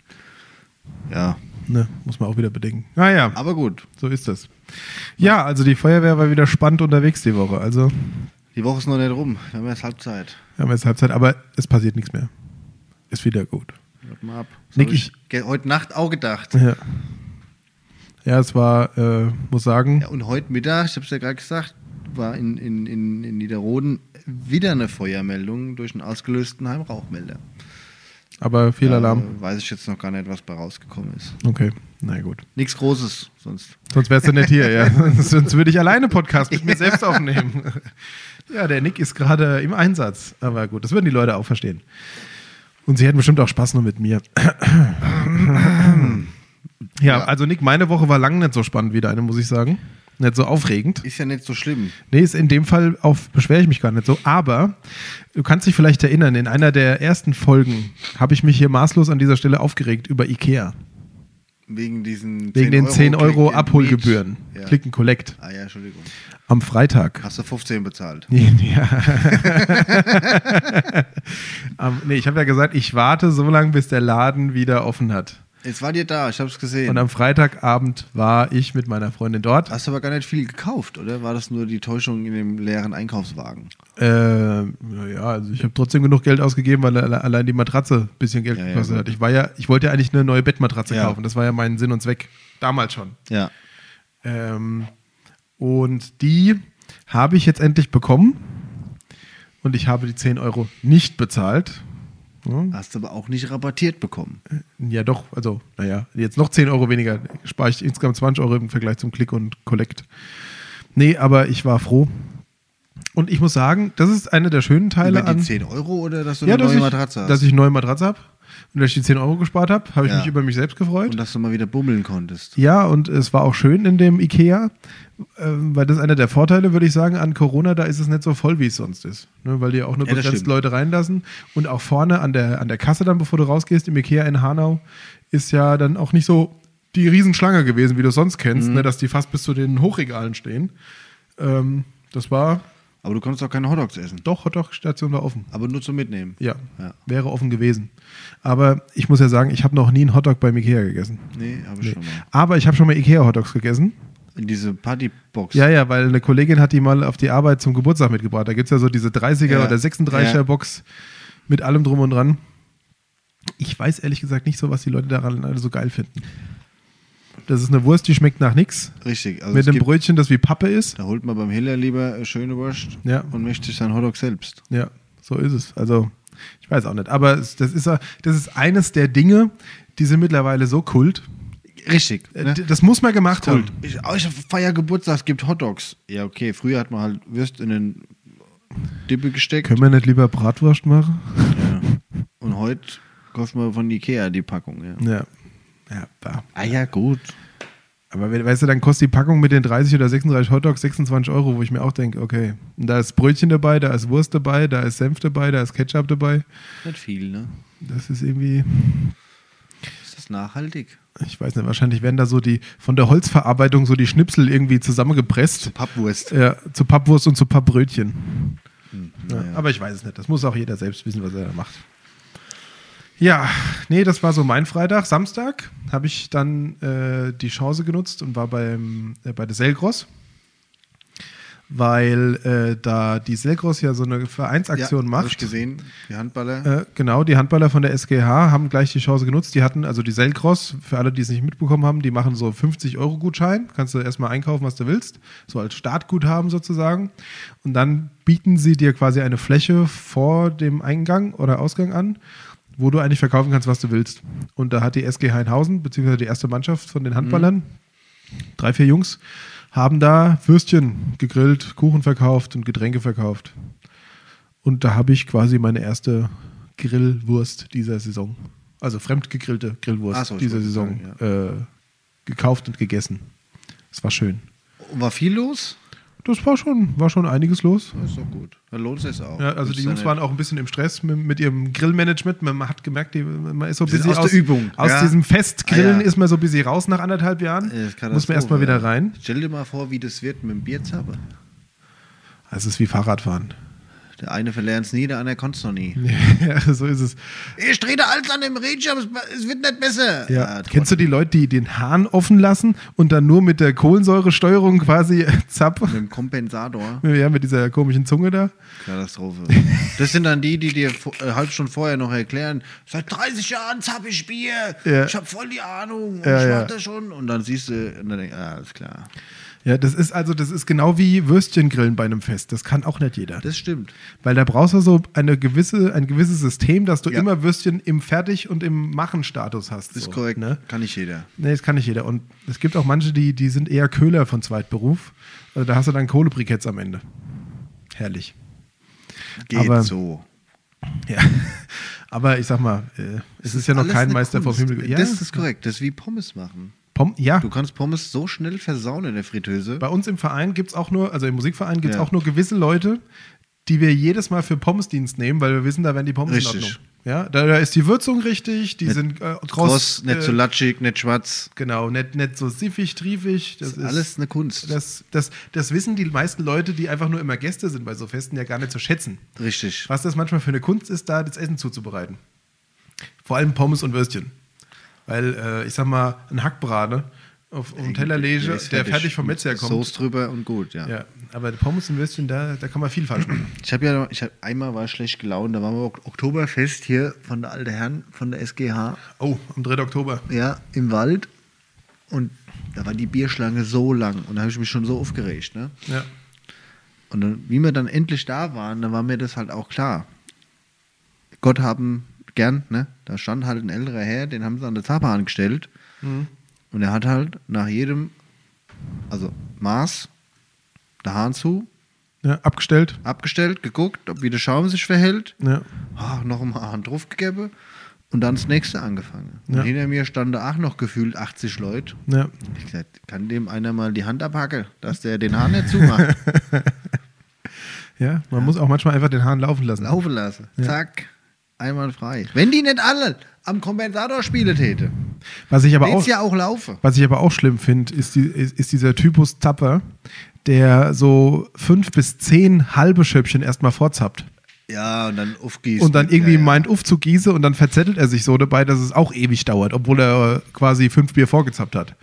Ja,
Ne? Muss man auch wieder bedenken. Naja,
aber gut.
so ist das. Ah, Ja, also die Feuerwehr war wieder spannend unterwegs die Woche. Also
Die Woche ist noch nicht rum. Wir haben erst Halbzeit.
wir haben jetzt Halbzeit, aber es passiert nichts mehr. Ist wieder gut.
Warte mal ab.
Nick,
hab ge- heute Nacht auch gedacht.
Ja, ja es war, äh, muss sagen,
Ja, und heute Mittag, ich habe es ja gerade gesagt, war in, in, in, in Niederroden wieder eine Feuermeldung durch einen ausgelösten Heimrauchmelder.
aber viel Alarm.
Äh, weiß ich jetzt noch gar nicht, was bei rausgekommen ist.
Okay, na gut.
Nichts Großes sonst.
Sonst wärst du nicht hier, ja. Sonst würde ich alleine Podcast mit mir selbst aufnehmen. Ja, der Nick ist gerade im Einsatz. Aber gut, das würden die Leute auch verstehen. Und sie hätten bestimmt auch Spaß nur mit mir. Ja, also Nick, meine Woche war lang nicht so spannend wie deine, muss ich sagen. nicht so aufregend.
Ist ja nicht so schlimm.
Nee, ist in dem Fall auf, beschwere ich mich gar nicht so. Aber du kannst dich vielleicht erinnern, in einer der ersten Folgen habe ich mich hier maßlos an dieser Stelle aufgeregt über IKEA.
Wegen diesen
Wegen den 10 Euro
Click and
Abholgebühren.
Reach. Ja.
Click and Collect.
Ah ja, Entschuldigung.
Am Freitag.
Hast du 15 bezahlt?
Ja. Am- nee, ich habe ja gesagt, ich warte so lange, bis der Laden wieder offen hat.
Jetzt war dir da, ich hab's
Und
gesehen.
am Freitagabend war ich mit meiner Freundin dort.
Hast aber gar nicht viel gekauft, oder? War das nur die Täuschung in dem leeren Einkaufswagen?
Äh, naja, also ich habe trotzdem genug Geld ausgegeben, weil alle- allein die Matratze ein bisschen Geld
Ja, ja,
gekostet
gut.
hat. Ich war ja, ich wollte ja eigentlich eine neue Bettmatratze
Ja.
kaufen. Das war ja mein Sinn und Zweck. Damals schon.
Ja.
Ähm, und die habe ich jetzt endlich bekommen. Und ich habe die 10 Euro nicht bezahlt. Ja,
Hast aber auch nicht rabattiert bekommen.
ja doch, also, naja, jetzt noch 10 Euro weniger. Spare ich insgesamt 20 Euro im Vergleich zum Click und Collect. Nee, aber ich war froh. Und ich muss sagen, das ist einer der schönen Teile
Über die
an.
10 Euro oder dass du
ja,
eine
dass,
neue
ich,
Matratze hast?
dass ich eine neue Matratze habe und dass ich die 10 Euro gespart habe, habe ich
Ja.
mich über mich selbst gefreut.
Und dass du mal wieder bummeln konntest.
ja, und es war auch schön in dem Ikea, ähm, weil das einer der Vorteile, würde ich sagen, an Corona, da ist es nicht so voll, wie es sonst ist. Ne, weil die auch nur
Ja, das
begrenzt
stimmt.
Leute reinlassen. Und auch vorne an der, an der Kasse dann, bevor du rausgehst, im Ikea in Hanau, ist ja dann auch nicht so die Riesenschlange gewesen, wie du es sonst kennst,
Mhm.
ne, dass die fast bis zu den Hochregalen stehen. Ähm, das war,
Aber du konntest auch keine Hotdogs essen.
doch, Hotdog-Station war offen.
Aber nur zum Mitnehmen.
Ja,
Ja.
wäre offen gewesen. Aber ich muss ja sagen, ich habe noch nie einen Hotdog beim Ikea gegessen.
Nee, habe ich schon mal.
Aber ich habe schon mal Ikea-Hotdogs gegessen.
In diese Partybox.
Ja, ja, weil eine Kollegin hat die mal auf die Arbeit zum Geburtstag mitgebracht. Da gibt es ja so diese 30er
Ja.
oder 36er
Ja.
Box mit allem drum und dran. Ich weiß ehrlich gesagt nicht so, was die Leute daran alle so geil finden. Das ist eine Wurst, die schmeckt nach nichts.
Richtig. Also
Mit
es
einem
gibt,
Brötchen, das wie Pappe ist.
da holt man beim Hiller lieber eine schöne Wurst
Ja.
und möchte sich seinen Hotdog selbst.
Ja, so ist es. Also, ich weiß auch nicht. Aber es- das ist, ja- das ist eines der Dinge, die sind mittlerweile so kult.
Richtig.
Äh,
Ne?
d- Das muss man gemacht haben.
Ich, oh, ich feier Geburtstag, es gibt Hotdogs. Ja, okay. Früher hat man halt Würst in den Dippe gesteckt.
Können wir nicht lieber Bratwurst machen?
Ja. Und heute kauft man von Ikea die Packung. Ja.
Ja. Ja, da.
Ah ja, gut.
Aber we- weißt du, dann kostet die Packung mit den 30 oder 36 Hotdogs 26 Euro, wo ich mir auch denke, okay, und da ist Brötchen dabei, da ist Wurst dabei, da ist Senf dabei, da ist Ketchup dabei.
Nicht viel, ne?
Das ist irgendwie,
Ist das nachhaltig?
ich weiß nicht, wahrscheinlich werden da so die, von der Holzverarbeitung so die Schnipsel irgendwie zusammengepresst.
Pappwurst.
Ja, zu Pappwurst und zu Pappbrötchen. Ja,
naja.
Aber ich weiß es nicht. Das muss auch jeder selbst wissen, was er da macht. Ja, nee, das war so mein Freitag. Samstag habe ich dann äh, die Chance genutzt und war beim, äh, bei der Selgros, weil äh, da die Selgros ja so eine Vereinsaktion
ja, Hab ich
macht.
gesehen. Die Handballer.
Äh, genau, die Handballer von der SGH haben gleich die Chance genutzt. Die hatten, also die Selgros, für alle, die es nicht mitbekommen haben, die machen so 50-Euro-Gutschein. Kannst du erstmal einkaufen, was du willst. So als Startguthaben sozusagen. Und dann bieten sie dir quasi eine Fläche vor dem Eingang oder Ausgang an, wo du eigentlich verkaufen kannst, was du willst. Und da hat die SG Heinhausen, beziehungsweise die erste Mannschaft von den Handballern, drei, vier Jungs, haben da Würstchen gegrillt, Kuchen verkauft und Getränke verkauft. Und da habe ich quasi meine erste Grillwurst dieser Saison, also fremdgegrillte Grillwurst
Ach so, ich
dieser
wollte
Saison,
sagen,
äh, gekauft und gegessen. Es war schön.
War viel los?
Das war schon, war schon einiges los.
Das ist doch gut. Dann lohnt sich auch.
Ja, also
Ist
die Jungs
dann
waren auch ein bisschen im Stress mit, mit ihrem Grillmanagement. Man man hat gemerkt, die, man ist so ein
Die sind
bisschen
aus der Übung,
Aus
ja.
diesem Festgrillen
Ah, ja.
ist man so ein bisschen raus nach anderthalb Jahren.
nicht- Äh, ist
Muss man erstmal
Katastrophe,
wieder
ja.
rein.
Stell dir mal vor, wie das wird mit dem Bierzappe.
Also Es ist wie Fahrradfahren.
Der eine verlernt es nie, der andere konnte es noch nie.
ja, so ist es.
Ich trete alles an dem Rädchen, aber es es wird nicht besser.
Ja. Äh, Kennst du die Leute, die den Hahn offen lassen und dann nur mit der Kohlensäuresteuerung quasi zapp?
Mit dem Kompensator.
Ja, mit dieser komischen Zunge da.
Katastrophe. Das sind dann die, die dir vor- äh, halb Stunde vorher noch erklären, seit 30 Jahren zapp ich Bier,
Ja.
ich hab voll die Ahnung und
Ja,
ich
ja.
mach das schon. Und dann siehst du, und dann denkst du, ah, alles klar.
Ja, das ist also, das ist genau wie Würstchengrillen bei einem Fest. Das kann auch nicht jeder.
Das stimmt.
Weil da brauchst du so eine gewisse, ein gewisses System, dass du
Ja.
immer Würstchen im Fertig- und im Machen-Status hast.
Ist
so,
korrekt.
Ne?
Kann nicht jeder.
Nee, das kann nicht jeder. Und es gibt auch manche, die, die sind eher Köhler von Zweitberuf. Also da hast du dann Kohlebriketts am Ende. Herrlich.
Geht
Aber-
so.
Ja. Aber ich sag mal, äh, es ist, ja noch
alles
kein
eine
Meister vom
Kunst.
Himmel. Ja,
das ist korrekt. Das ist wie Pommes machen.
Pom ja,
Du kannst Pommes so schnell versauen in der Fritteuse.
bei uns im Verein gibt es auch nur, also im Musikverein gibt es
Ja.
auch nur gewisse Leute, die wir jedes Mal für Pommesdienst nehmen, weil wir wissen, da werden die Pommes
Richtig.
in Ordnung. Ja, da, da ist die Würzung richtig, die
Nicht
sind äh,
Kross,
kross,
nicht
äh,
zu latschig, nicht schwarz.
Genau, nicht, nicht so siffig, triefig. Das
Das ist alles eine Kunst.
Das, das, das wissen die meisten Leute, die einfach nur immer Gäste sind bei so Festen, ja gar nicht zu schätzen.
Richtig.
Was das manchmal für eine Kunst ist, da das Essen zuzubereiten. Vor allem Pommes und Würstchen. Weil, äh, ich sag mal, ein Hackbrane auf dem Teller lege, der
ist
fertig, vom Metzger kommt.
Soße drüber und gut, ja.
Ja, aber Pommes und Würstchen, da, da kann man viel falsch machen.
Ich habe ja, noch- ich hab, einmal war ich schlecht gelaunt, da waren wir Ok- Oktoberfest hier von der alte Herren, von der SGH,
Oh, am 3. Oktober.
ja, im Wald. Und da war die Bierschlange so lang und da habe ich mich schon so aufgeregt, ne?
Ja.
Und dann, wie wir dann endlich da waren, dann war mir das halt auch klar. Gott haben gern, ne? Da stand halt ein älterer Herr, den haben sie an der Zapfhahn gestellt. Und er hat halt nach jedem, also Maß, der Hahn zu,
ja, abgestellt.
abgestellt, geguckt, ob wie der Schaum sich verhält.
Ja.
Ach, noch mal Hahn draufgegeben. Und dann das nächste angefangen. Und
Ja.
hinter mir standen auch noch gefühlt 80 Leute.
Ja.
Ich gesagt, kann dem einer mal die Hand abhacken, dass der den Hahn nicht zumacht.
ja, man muss auch manchmal einfach den Hahn laufen lassen.
laufen lassen.
Ja.
Zack, einwandfrei. Wenn die nicht alle am Kompensator spielen täte,
Was ich aber
würde
auch.
es ja auch laufen.
Was ich aber auch schlimm finde, ist, die, ist, ist dieser Typus Tapper, der so fünf bis zehn halbe Schöppchen erstmal vorzappt
Ja, und dann aufgießen.
und dann irgendwie
ja, ja.
meint, uff zu Gieße und dann verzettelt er sich so dabei, dass es auch ewig dauert, obwohl er äh, quasi fünf Bier vorgezappt hat.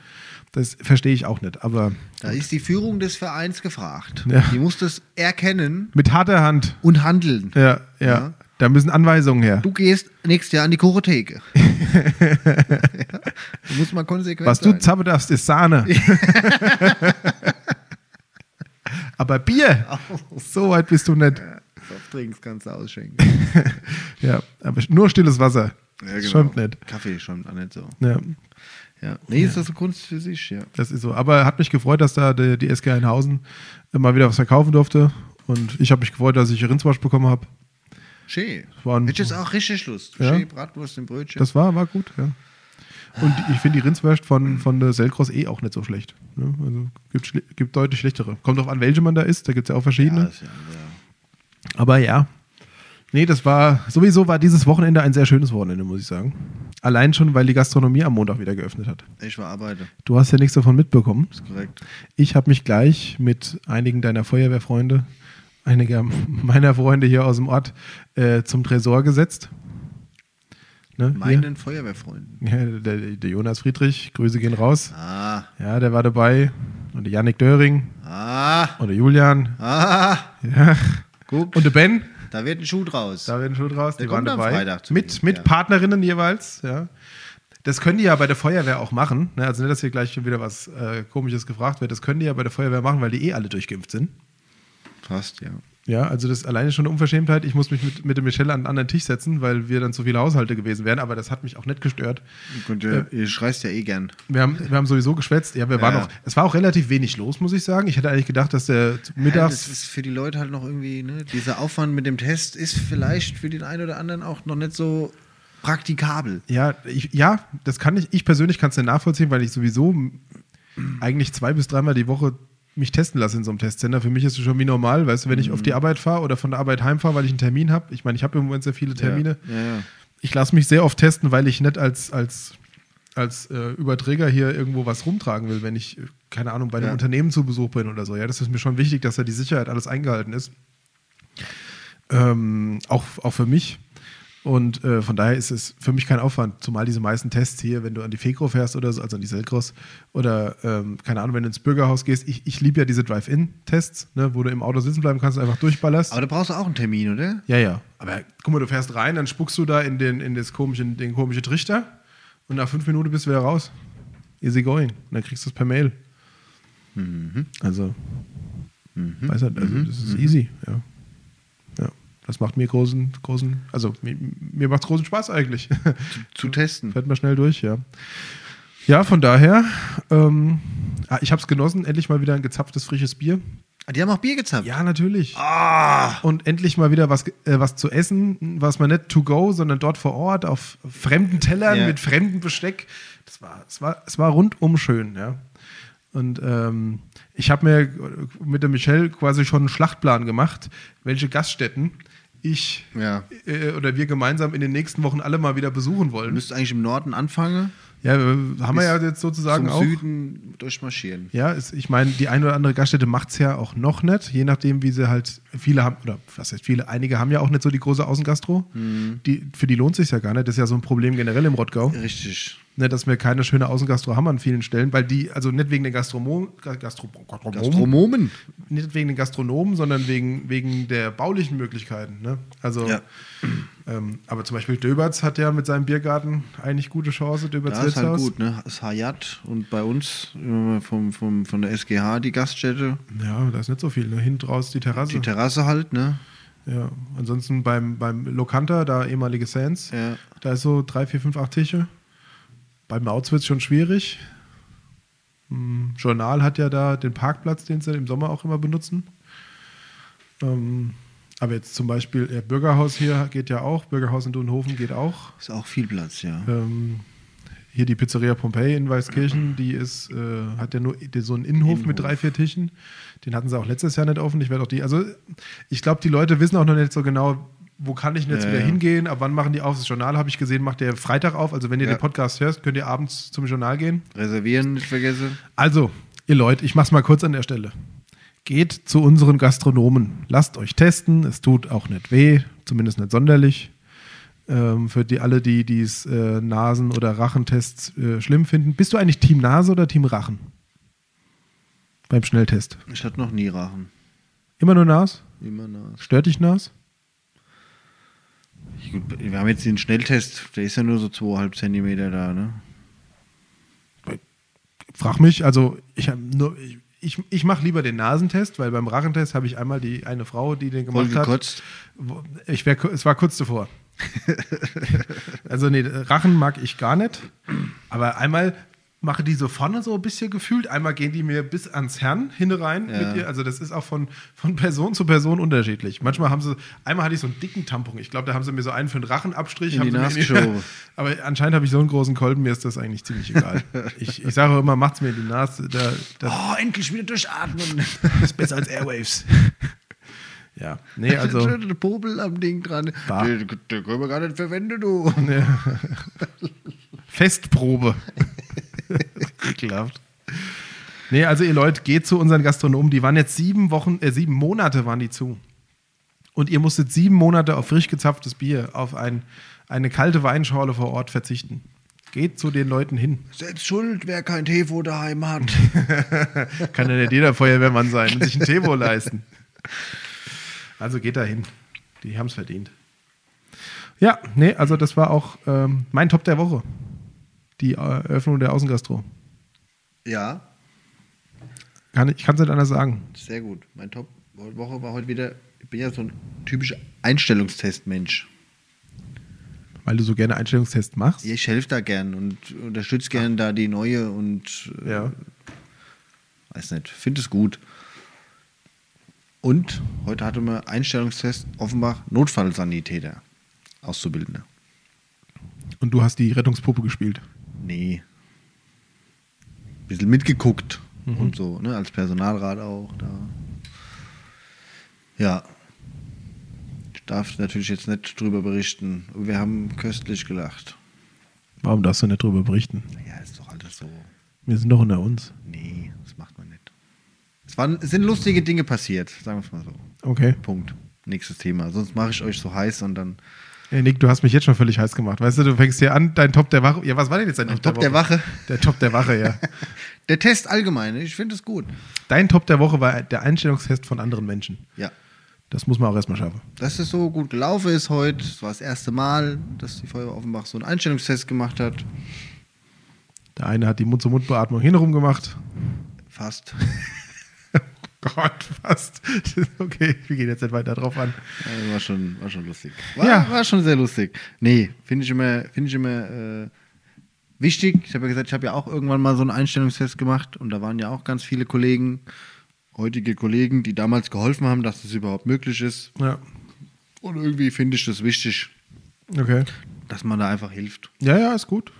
Das verstehe ich auch nicht, aber
Da ist die Führung des Vereins gefragt.
Ja.
Die muss das erkennen
mit harter Hand,
und handeln.
ja, ja,
Ja.
da müssen Anweisungen her.
Du gehst nächstes Jahr an die Chorotheke. ja, du musst mal konsequent
Was du
sein.
zappen darfst, ist Sahne. aber Bier, so weit bist du nicht.
Softdrinks kannst du ausschenken.
Ja, aber nur stilles Wasser.
Ja, genau.
Schäumt nicht.
Kaffee schäumt auch nicht so.
Ja.
Ja. Nee, ist das eine Kunst für sich, ja.
Das ist so. Aber hat mich gefreut, dass da die, die SK Einhausen mal wieder was verkaufen durfte. Und ich habe mich gefreut, dass ich Rindswasch bekommen habe.
Schön.
War ein-
Hätte ich jetzt auch richtig Lust.
Ja.
Schön Bratwurst und Brötchen.
Das war, war gut, ja. Und ich finde die Rindswurst von, von der Selkross eh auch nicht so schlecht. Ne? Also gibt, schle- gibt deutlich schlechtere. Kommt drauf an, welche man da isst. Da gibt es ja auch
ja,
verschiedene.
ist ja,
Aber ja. Nee, das war, sowieso war dieses Wochenende ein sehr schönes Wochenende, muss ich sagen. Allein schon, weil die Gastronomie am Montag wieder geöffnet hat.
Ich war arbeite,
Du hast ja nichts davon mitbekommen.
ist korrekt.
Ich habe mich gleich mit einigen deiner Feuerwehrfreunde, einiger meiner Freunde hier aus dem Ort, äh, zum Tresor gesetzt. Ne?
Meinen Feuerwehrfreunden.
hier? Ja, der, der Jonas Friedrich, Grüße gehen raus.
Ah,
Ja, der war dabei. Und der Yannick Döring
ah,
und der Julian.
ah.
Ja.
Guck,
Und der Ben,
da wird ein Schuh draus.
da werden schon raus, die
Der
waren
kommt am
dabei.
Freitag zu
mit
mir,
mit
ja.
Partnerinnen jeweils, ja. Das können die ja bei der Feuerwehr auch machen. Ne? Also nicht, dass hier gleich schon wieder was äh, Komisches gefragt wird. Das können die ja bei der Feuerwehr machen, weil die eh alle durchgeimpft sind.
Passt, ja.
Ja, also das ist alleine schon eine Unverschämtheit. Ich muss mich mit, mit der Michelle an einen anderen Tisch setzen, weil wir dann zu viele Haushalte gewesen wären, aber das hat mich auch nicht gestört.
Und, äh, ihr schreist ja eh gern.
Wir haben, wir haben sowieso geschwätzt. Ja, wir waren
Ja.
auch, es war auch relativ wenig los, muss ich sagen. Ich hätte eigentlich gedacht, dass der
Ja, das
mittags.
ist für die Leute halt noch irgendwie, ne? Dieser Aufwand mit dem Test ist vielleicht für den einen oder anderen auch noch nicht so praktikabel.
Ja, ich, ja, das kann ich. Ich persönlich kann es nicht nachvollziehen, weil ich sowieso m- eigentlich zwei bis dreimal die Woche mich testen lasse in so einem Testcenter. Für mich ist es schon wie normal, weißt du, wenn
Mhm.
ich auf die Arbeit fahre oder von der Arbeit heimfahre, weil ich einen Termin habe. Ich meine, ich habe im Moment sehr viele Termine.
Ja, ja.
ich lasse mich sehr oft testen, weil ich nicht als, als, als äh, Überträger hier irgendwo was rumtragen will, wenn ich, äh, keine Ahnung, bei einem
Ja.
Unternehmen zu Besuch bin oder so. Ja, das ist mir schon wichtig, dass da die Sicherheit alles eingehalten ist. Ähm, auch, auch für mich. Und äh, von daher ist es für mich kein Aufwand, zumal diese meisten Tests hier, wenn du an die Fekro fährst oder so, also an die Selkros oder ähm, keine Ahnung, wenn du ins Bürgerhaus gehst. Ich, ich liebe ja diese Drive-In-Tests, ne, wo du im Auto sitzen bleiben kannst und einfach durchballerst.
Aber da brauchst du auch einen Termin, oder?
Ja, ja. Aber guck mal, du fährst rein, dann spuckst du da in den, in das komische, den komischen Trichter und nach fünf Minuten bist du wieder raus. Easy going. Und dann kriegst du es per Mail. Also, weiß halt, also das ist easy, ja. ja. Das macht mir großen, großen, also mir, mir macht großen Spaß eigentlich.
Zu testen.
Fährt man schnell durch, ja. Ja, von daher, ähm, ah, ich habe es genossen, endlich mal wieder ein gezapftes, frisches Bier.
Ah, Die haben auch Bier gezapft.
Ja, natürlich.
Ah.
Und endlich mal wieder was, äh, was zu essen, was man nicht to go, sondern dort vor Ort auf fremden Tellern
Ja.
mit fremdem Besteck Das war, es war, es war rundum schön, ja. Und ähm, ich habe mir mit der Michelle quasi schon einen Schlachtplan gemacht, welche Gaststätten ich
Ja.
äh, oder wir gemeinsam in den nächsten Wochen alle mal wieder besuchen
Du
wollen.
müsstest eigentlich im Norden anfangen,
Ja, wir- haben wir ja jetzt sozusagen
zum
auch.
Süden durchmarschieren.
Ja, es, ich meine, die eine oder andere Gaststätte macht es ja auch noch nicht, je nachdem, wie sie halt, viele haben, oder was heißt viele, einige haben ja auch nicht so die große Außengastro.
Mhm.
Die, für die lohnt sich ja gar nicht. Das ist ja so ein Problem generell im Rottgau,
Richtig.
ne, dass wir keine schöne Außengastro haben an vielen Stellen, weil die, also nicht wegen den Gastronomen, Gastro, Gastronomen,
Gastronomen.
nicht wegen den Gastronomen, sondern wegen, wegen der baulichen Möglichkeiten. Ne? Also,
Ja.
ähm, aber zum Beispiel Döberz hat ja mit seinem Biergarten eigentlich gute Chance, Döberz
Ja, ist halt
Wirtshaus.
gut, ne? Ist Hayat und bei uns äh, vom, vom, von der SGH die Gaststätte,
Ja, da ist nicht so viel. Ne? Hinten raus die Terrasse.
die Terrasse halt, ne?
Ja, ansonsten beim, beim Lokanta, da ehemalige Sands,
Ja.
da ist so 3, 4, 5, 8 Tische. Bei Mautz wird es schon schwierig. Hm, Journal hat ja da den Parkplatz, den sie im Sommer auch immer benutzen. Ähm, aber jetzt zum Beispiel, ja, Bürgerhaus hier geht ja auch, Bürgerhaus in Dunhofen geht auch.
Ist auch viel Platz, ja.
Ähm, hier die Pizzeria Pompeii in Weißkirchen, die ist, äh, hat ja nur die, so einen Innenhof, mit
Innenhof.
drei, vier Tischen. Den hatten sie auch letztes Jahr nicht offen. Ich werde auch die, also ich glaube, die Leute wissen auch noch nicht so genau, wo kann ich denn jetzt
Ja,
wieder
ja.
hingehen, ab wann machen die auf. Das Journal habe ich gesehen, macht der Freitag auf. Also wenn ihr
Ja.
den Podcast hört, könnt ihr abends zum Journal gehen.
Reservieren nicht vergessen.
Also, ihr Leute, ich mach's mal kurz an der Stelle. Geht zu unseren Gastronomen. Lasst euch testen. Es tut auch nicht weh, zumindest nicht sonderlich. Ähm, für die alle, die dies äh, Nasen- oder Rachentests äh, schlimm finden. Bist du eigentlich Team Nase oder Team Rachen? Beim Schnelltest.
Ich hatte noch nie Rachen.
Immer nur Nas?
Immer nass.
Stört dich Nas?
Gut, Wir haben jetzt den Schnelltest, der ist ja nur so 2,5 Zentimeter da, ne?
Frag mich. Also, ich, hab nur- ich, ich, ich mache lieber den Nasentest, weil beim Rachentest habe ich einmal die eine Frau, die den
Voll
gemacht hat.
gekotzt.
Wo- Ich wär, es war kurz davor. also nee, Rachen mag ich gar nicht. Aber einmal mache die so vorne so ein bisschen gefühlt, einmal gehen die mir bis ans Herrn hinein
Ja.
mit ihr. Also das ist auch von, von Person zu Person unterschiedlich. Manchmal haben sie, einmal hatte ich so einen dicken Tampon. Ich glaube, da haben sie mir so einen für einen Rachenabstrich.
In
haben
die
sie mir
Nase geschoben.
aber anscheinend habe ich so einen großen Kolben, mir ist das eigentlich ziemlich egal. ich, ich sage auch immer, macht's mir in die Nase. Da, das
Oh, endlich wieder durchatmen.
ist besser als Airwaves. ja, nee, also...
Der Popel am Ding dran.
Bah.
Den, den können wir gar nicht verwenden, du.
Festprobe. Geklappt. Nee, also ihr Leute, geht zu unseren Gastronomen. Die waren jetzt sieben Wochen, äh, sieben Monate waren die zu. Und ihr musstet sieben Monate auf frisch gezapftes Bier, auf ein, eine kalte Weinschorle vor Ort verzichten. Geht zu den Leuten hin.
Selbst schuld, wer kein Tefo daheim hat.
Kann ja nicht jeder Feuerwehrmann sein und sich ein Tebo leisten. Also geht da hin. Die haben es verdient. Ja, nee, also das war auch ähm, mein Top der Woche. Die äh, Eröffnung der Außengastro.
ja,
Kann, ich kann es nicht anders sagen.
sehr gut. Mein Top Woche war heute wieder, ich bin ja so ein typischer Einstellungstest-Mensch.
Weil du so gerne Einstellungstests machst.
Ich helfe da gern und unterstütze gern da die neue und äh,
Ja.
weiß nicht, finde es gut. Und heute hatte man Einstellungstest Offenbach Notfallsanitäter Auszubildende.
Und du hast die Rettungspuppe gespielt.
Nee. Bisschen mitgeguckt und so, ne? Als Personalrat auch da. Ja. Ich darf natürlich jetzt nicht drüber berichten. Wir haben köstlich gelacht.
Warum darfst du nicht drüber berichten?
Ja, ist doch alles so.
Wir sind doch unter uns.
Nee, das macht man nicht. Es, waren, es sind lustige Dinge passiert, sagen wir es mal so.
Okay.
Punkt. Nächstes Thema. Sonst mache ich euch so heiß und dann.
Ey, Nick, du hast mich jetzt schon völlig heiß gemacht. Weißt du, du fängst hier an, dein Top der Wache. Ja, was war denn jetzt dein
Mein Top der Wache?
Der Top der Wache, ja.
Der Test allgemein, ne? ich finde es gut.
dein Top der Woche war der Einstellungstest von anderen Menschen.
Ja.
Das muss man auch erstmal schaffen.
dass es so gut gelaufen ist heute. Es war das erste Mal, dass die Feuerwehr Offenbach so einen Einstellungstest gemacht hat.
Der eine hat die Mund-zu-Mund-Beatmung hinrum gemacht.
Fast.
Gott, fast. Okay, wir gehen jetzt nicht weiter drauf an.
Also war, schon, war schon lustig. War,
Ja.
war schon sehr lustig. Nee, finde ich immer, finde ich immer äh, wichtig. Ich habe ja gesagt, ich habe ja auch irgendwann mal so einen Einstellungstest gemacht und da waren ja auch ganz viele Kollegen, heutige Kollegen, die damals geholfen haben, dass das überhaupt möglich ist.
Ja,
Und irgendwie finde ich das wichtig,
okay.
dass man da einfach hilft.
Ja, ja, ist gut.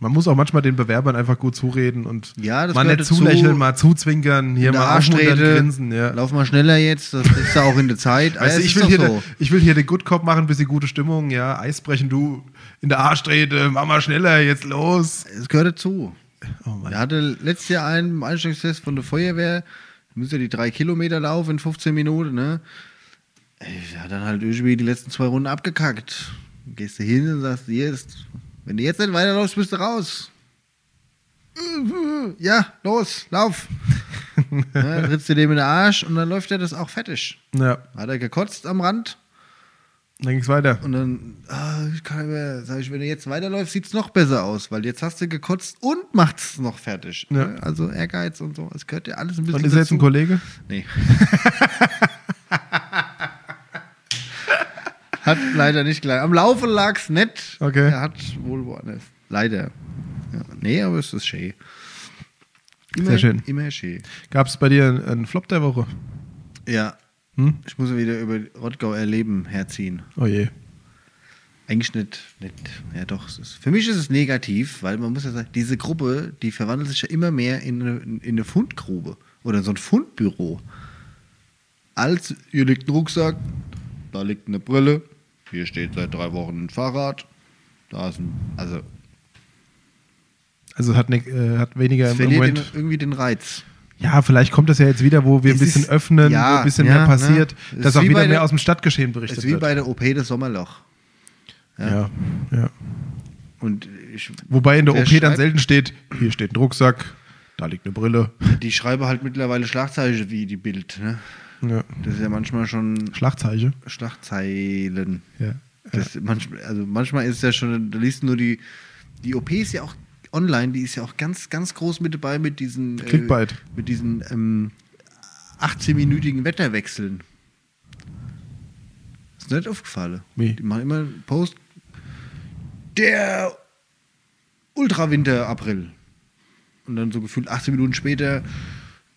Man muss auch manchmal den Bewerbern einfach gut zureden und
Ja, das
mal
gehört
nicht
dazu.
zulächeln, mal zuzwinkern, hier
In der
mal aufmuntern,
Arschrede.
grinsen. Ja.
Lauf mal schneller jetzt, das ist ja auch in der Zeit.
Weißt
Ja,
du,
es
ich
ist
will, hier
doch
de, ich will hier den Good Cop machen, bisschen gute Stimmung, ja, Eis brechen, du in der Arschtrete, mach mal schneller, jetzt los.
Es gehört dazu.
Oh Mann.
Er hatte letztes Jahr einen Einstellungstest von der Feuerwehr. Da müsst ihr die drei Kilometer laufen in 15 Minuten, ne? Ey, Der hat dann halt irgendwie die letzten zwei Runden abgekackt. Dann Gehst du hin und sagst, jetzt, wenn du jetzt nicht weiterläufst, bist du raus. Ja, los, lauf. ja, trittst du dem in den Arsch und dann läuft er das auch fertig.
Ja,
Hat er gekotzt am Rand
dann ging's weiter.
und dann, ah, ich kann nicht mehr, sag ich, wenn du jetzt weiterläufst, sieht es noch besser aus, weil jetzt hast du gekotzt und macht's noch fertig.
Ja.
Ne? Also Ehrgeiz und so. Es gehört ja alles ein bisschen.
Und ist er jetzt ein
dazu.
Kollege?
Nee. hat leider nicht gleich. Am Laufe lag's nett.
Okay.
Er hat wohl woanders. Leider. Ja, nee, aber es ist schön. Immer,
Sehr schön.
Immer schön.
Gab's bei dir einen, einen Flop der Woche?
Ja.
Hm?
Ich muss wieder über Rottgau erleben herziehen.
Oh je.
Eigentlich nicht, nicht. Ja, doch. Es ist, für mich ist es negativ, weil man muss ja sagen, diese Gruppe, die verwandelt sich ja immer mehr in eine, in eine Fundgrube oder so ein Fundbüro. Als hier liegt ein Rucksack, da liegt eine Brille, hier steht seit drei Wochen ein Fahrrad, da ist ein. Also,
Also hat, ne, äh, hat weniger
es
im
verliert den,
Moment.
irgendwie den Reiz.
Ja, vielleicht kommt das ja jetzt wieder, wo wir ein
Es
bisschen
ist-
öffnen,
ja,
wo ein bisschen
ja,
mehr
ne?
passiert,
Es
dass
ist
auch
wie
wieder
bei
mehr
der-
aus dem Stadtgeschehen berichtet
Es ist wie
wird.
bei der OP das Sommerloch.
ja. Ja.
Und ich,
Wobei in der
Wer
OP dann
schreibt-
selten steht, hier steht ein Rucksack, da liegt eine Brille.
die schreibe halt mittlerweile Schlagzeilen wie die Bild. Ne?
Ja.
Das ist ja manchmal schon
Schlagzeiche.
Schlagzeilen.
Ja.
Das manchmal, also manchmal ist ja schon, da liest nur die, die OP ist ja auch online, die ist ja auch ganz, ganz groß mit dabei mit diesen, äh,
Clickbait.
mit diesen ähm, 18-minütigen Wetterwechseln. Ist nicht aufgefallen.
Wie?
Die machen immer einen Post. Der Ultrawinter April. Und dann so gefühlt 18 Minuten später,